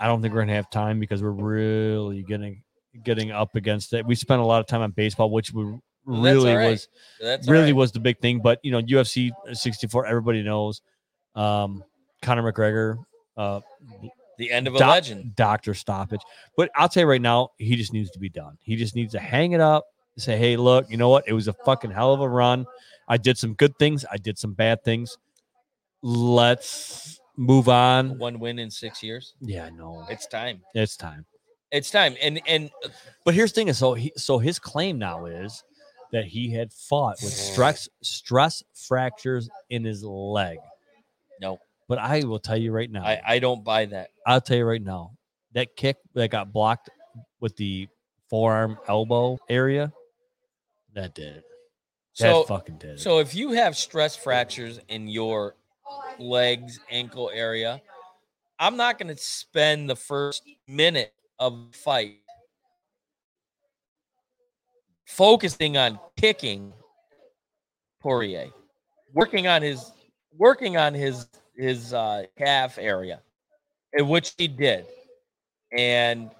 [SPEAKER 4] I don't think we're gonna have time because we're really getting getting up against it. We spent a lot of time on baseball, which we
[SPEAKER 3] Well, that's all
[SPEAKER 4] really
[SPEAKER 3] right.
[SPEAKER 4] was
[SPEAKER 3] that's all
[SPEAKER 4] really
[SPEAKER 3] right.
[SPEAKER 4] was the big thing. But you know, UFC 64, everybody knows. Um, Conor McGregor, uh,
[SPEAKER 3] the end of a
[SPEAKER 4] doc-
[SPEAKER 3] legend.
[SPEAKER 4] doctor stoppage. But I'll tell you right now, he just needs to be done. He just needs to hang it up. and Say, hey, look, you know what? It was a fucking hell of a run. I did some good things. I did some bad things. Let's move on.
[SPEAKER 3] One win in six years.
[SPEAKER 4] Yeah, I know
[SPEAKER 3] It's time.
[SPEAKER 4] it's time.
[SPEAKER 3] It's time. And and
[SPEAKER 4] But here's the thing: is so he, so his claim now is that he had fought with stress stress fractures in his leg.
[SPEAKER 3] no,
[SPEAKER 4] But I will tell you right now,
[SPEAKER 3] I I don't buy that.
[SPEAKER 4] I'll tell you right now, that kick that got blocked with the forearm elbow area, that did it. That
[SPEAKER 3] So
[SPEAKER 4] fucking did it.
[SPEAKER 3] So if you have stress fractures in your legs, ankle area, I'm not going to spend the first minute of the fight focusing on kicking Poirier, working on his working on his his uh, calf area, and which he did, and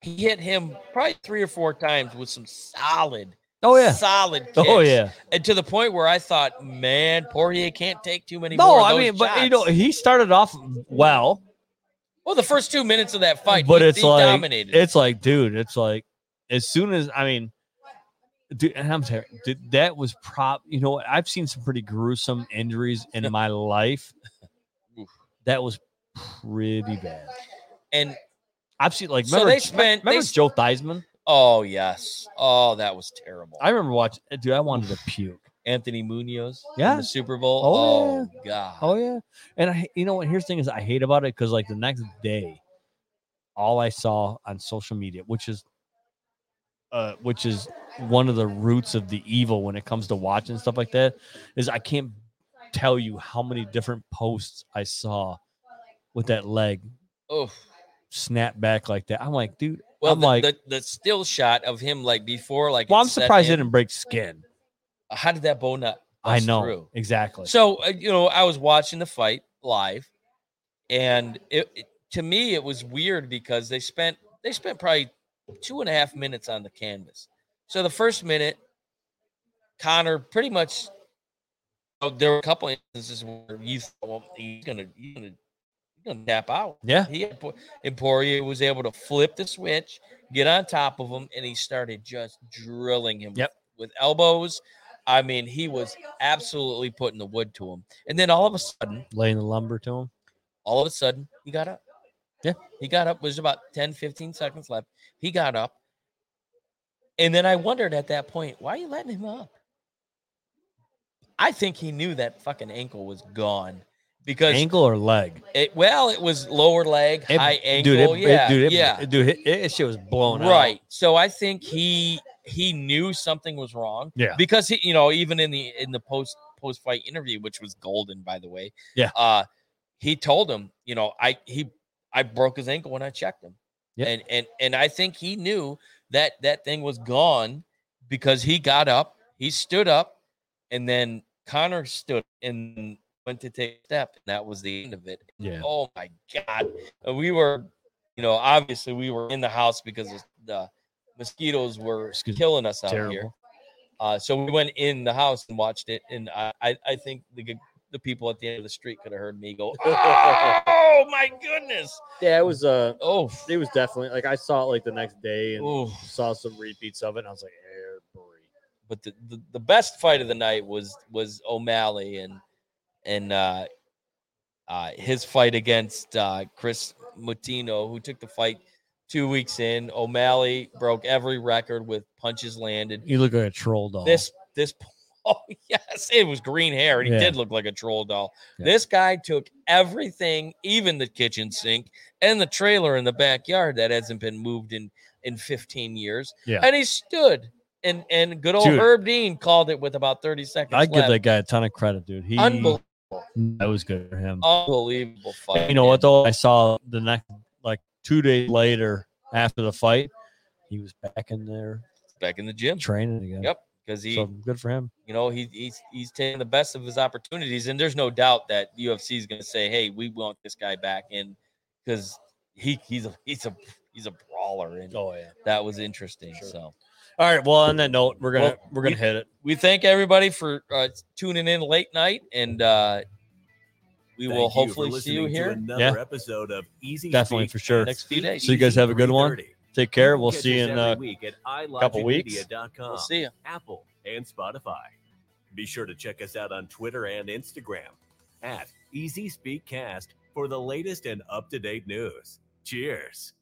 [SPEAKER 3] he hit him probably three or four times with some solid,
[SPEAKER 4] oh yeah.
[SPEAKER 3] solid. Kicks
[SPEAKER 4] Oh yeah.
[SPEAKER 3] and to the point where I thought, man, Poirier can't take too many.
[SPEAKER 4] No,
[SPEAKER 3] more of
[SPEAKER 4] I
[SPEAKER 3] those
[SPEAKER 4] mean, but you
[SPEAKER 3] shots."
[SPEAKER 4] know, he started off well.
[SPEAKER 3] well, the first two minutes of that fight,
[SPEAKER 4] But
[SPEAKER 3] he-
[SPEAKER 4] it's
[SPEAKER 3] he
[SPEAKER 4] like-
[SPEAKER 3] dominated.
[SPEAKER 4] It's like, dude, it's like as soon as I mean, dude, and I'm sorry, dude, that was prop. You know, what? I've seen some pretty gruesome injuries in my life.
[SPEAKER 3] Oof.
[SPEAKER 4] That was pretty bad.
[SPEAKER 3] and
[SPEAKER 4] I've seen like
[SPEAKER 3] So
[SPEAKER 4] remember,
[SPEAKER 3] they spent- they
[SPEAKER 4] remember
[SPEAKER 3] s-
[SPEAKER 4] Joe Theismann.
[SPEAKER 3] oh yes, oh that was terrible.
[SPEAKER 4] I remember watching. Dude, I wanted to puke.
[SPEAKER 3] Anthony Munoz, in
[SPEAKER 4] Yeah.
[SPEAKER 3] the Super Bowl.
[SPEAKER 4] Oh,
[SPEAKER 3] Oh, god,
[SPEAKER 4] Oh yeah, and I, you know what? Here's the thing: is I hate about it because like the next day, all I saw on social media, which is, uh, which is one of the roots of the evil when it comes to watching stuff like that, is I can't tell you how many different posts I saw with that leg
[SPEAKER 3] oh.
[SPEAKER 4] snap back like that. I'm like, dude.
[SPEAKER 3] Well,
[SPEAKER 4] I'm
[SPEAKER 3] the,
[SPEAKER 4] like,
[SPEAKER 3] the the still shot of him like before, like
[SPEAKER 4] well,
[SPEAKER 3] it
[SPEAKER 4] I'm
[SPEAKER 3] set
[SPEAKER 4] surprised it
[SPEAKER 3] in.
[SPEAKER 4] didn't break skin.
[SPEAKER 3] How did that bow nut?
[SPEAKER 4] I
[SPEAKER 3] bust
[SPEAKER 4] know
[SPEAKER 3] through?
[SPEAKER 4] exactly.
[SPEAKER 3] So uh, you know, I was watching the fight live, and it, it- to me it was weird because they spent they spent probably two and a half minutes on the canvas. So the first minute, Connor pretty much. Oh, there were a couple instances where you thought, well, he's gonna, he's gonna, he's gonna tap out.
[SPEAKER 4] Yeah.
[SPEAKER 3] He had po- Emporia was able to flip the switch, get on top of him, and he started just drilling him
[SPEAKER 4] Yep.
[SPEAKER 3] with, with elbows. I mean, he was absolutely putting the wood to him. And then all of a sudden,
[SPEAKER 4] Laying the lumber to him.
[SPEAKER 3] all of a sudden he got up
[SPEAKER 4] Yeah.
[SPEAKER 3] he got up was about 10 15 seconds left he got up and then i wondered at that point why are you letting him up i think he knew that fucking ankle was gone because
[SPEAKER 4] Ankle or leg?
[SPEAKER 3] it well it was lower leg
[SPEAKER 4] It-
[SPEAKER 3] high ankle
[SPEAKER 4] Dude, it, it-
[SPEAKER 3] yeah
[SPEAKER 4] dude, it,
[SPEAKER 3] yeah
[SPEAKER 4] dude, it, it- shit was blown out.
[SPEAKER 3] right so i think he he knew something was wrong
[SPEAKER 4] Yeah.
[SPEAKER 3] because he you know even in the in the post post fight interview which was golden by the way
[SPEAKER 4] Yeah.
[SPEAKER 3] uh he told him you know i he i broke his ankle when i checked him
[SPEAKER 4] Yeah.
[SPEAKER 3] and and and i think he knew that that thing was gone because he got up he stood up and then connor stood and went to take a step and that was the end of it
[SPEAKER 4] Yeah.
[SPEAKER 3] oh my god And we were you know obviously we were in the house because the mosquitoes were
[SPEAKER 4] Excuse me.
[SPEAKER 3] killing us out here
[SPEAKER 4] Terrible.
[SPEAKER 3] uh, so we went in the house and watched it, and I, I, I think the g- the people at the end of the street could have heard me go, "Oh my goodness!"
[SPEAKER 1] Yeah, it was uh
[SPEAKER 3] Oh,
[SPEAKER 1] it was definitely like I saw it like the next day and
[SPEAKER 3] oh.
[SPEAKER 1] saw some repeats of it and I was like, air break.
[SPEAKER 3] But the, the, the best fight of the night was was O'Malley and and uh, uh, his fight against uh, Chris Mutino, who took the fight two weeks in. O'Malley broke every record with punches landed.
[SPEAKER 4] You look like a troll doll.
[SPEAKER 3] this this oh yes it was green hair and he
[SPEAKER 4] Yeah.
[SPEAKER 3] did look like a troll doll
[SPEAKER 4] Yeah.
[SPEAKER 3] this guy took everything even the kitchen sink and the trailer in the backyard that hasn't been moved in in 15 years
[SPEAKER 4] Yeah.
[SPEAKER 3] and he stood and and good old
[SPEAKER 4] Dude.
[SPEAKER 3] herb dean called it with about 30 seconds
[SPEAKER 4] I give
[SPEAKER 3] left.
[SPEAKER 4] that guy a ton of credit, dude. He
[SPEAKER 3] Unbel-
[SPEAKER 4] that was good for him.
[SPEAKER 1] Oh,
[SPEAKER 3] unbelievable fight
[SPEAKER 4] you know what
[SPEAKER 3] man.
[SPEAKER 4] though? I saw the next like two days later after the fight, he was back in there
[SPEAKER 3] back in the gym
[SPEAKER 4] training again.
[SPEAKER 3] Yep, because he
[SPEAKER 4] So good for him.
[SPEAKER 3] you know he, he's he's taking the best of his opportunities and there's no doubt that ufc is going to say hey we want this guy back in because he he's a he's a he's a brawler and
[SPEAKER 4] Oh yeah.
[SPEAKER 3] that was interesting
[SPEAKER 4] Sure.
[SPEAKER 3] so
[SPEAKER 4] All right. Well, on that note, we're gonna
[SPEAKER 3] Well,
[SPEAKER 4] we're gonna
[SPEAKER 3] we-
[SPEAKER 4] hit it.
[SPEAKER 3] we thank everybody for uh, tuning in late night and uh we
[SPEAKER 2] Thank
[SPEAKER 3] will
[SPEAKER 2] you for
[SPEAKER 3] hopefully see you
[SPEAKER 2] listening to
[SPEAKER 3] here
[SPEAKER 2] another
[SPEAKER 4] Yeah.
[SPEAKER 2] episode of Easy
[SPEAKER 4] Definitely,
[SPEAKER 2] Speak
[SPEAKER 4] for sure.
[SPEAKER 3] next few days
[SPEAKER 4] So you guys have a good one.
[SPEAKER 2] 3:30.
[SPEAKER 4] Take care. We'll
[SPEAKER 2] Catch
[SPEAKER 4] see you
[SPEAKER 2] us
[SPEAKER 4] in
[SPEAKER 2] every
[SPEAKER 4] uh,
[SPEAKER 2] week at
[SPEAKER 4] couple weeks.
[SPEAKER 2] iLogicMedia.com,
[SPEAKER 3] we'll see you
[SPEAKER 2] Apple, and Spotify. Be sure to check us out on Twitter and Instagram at Easy Speak Cast for the latest and up to date news. Cheers.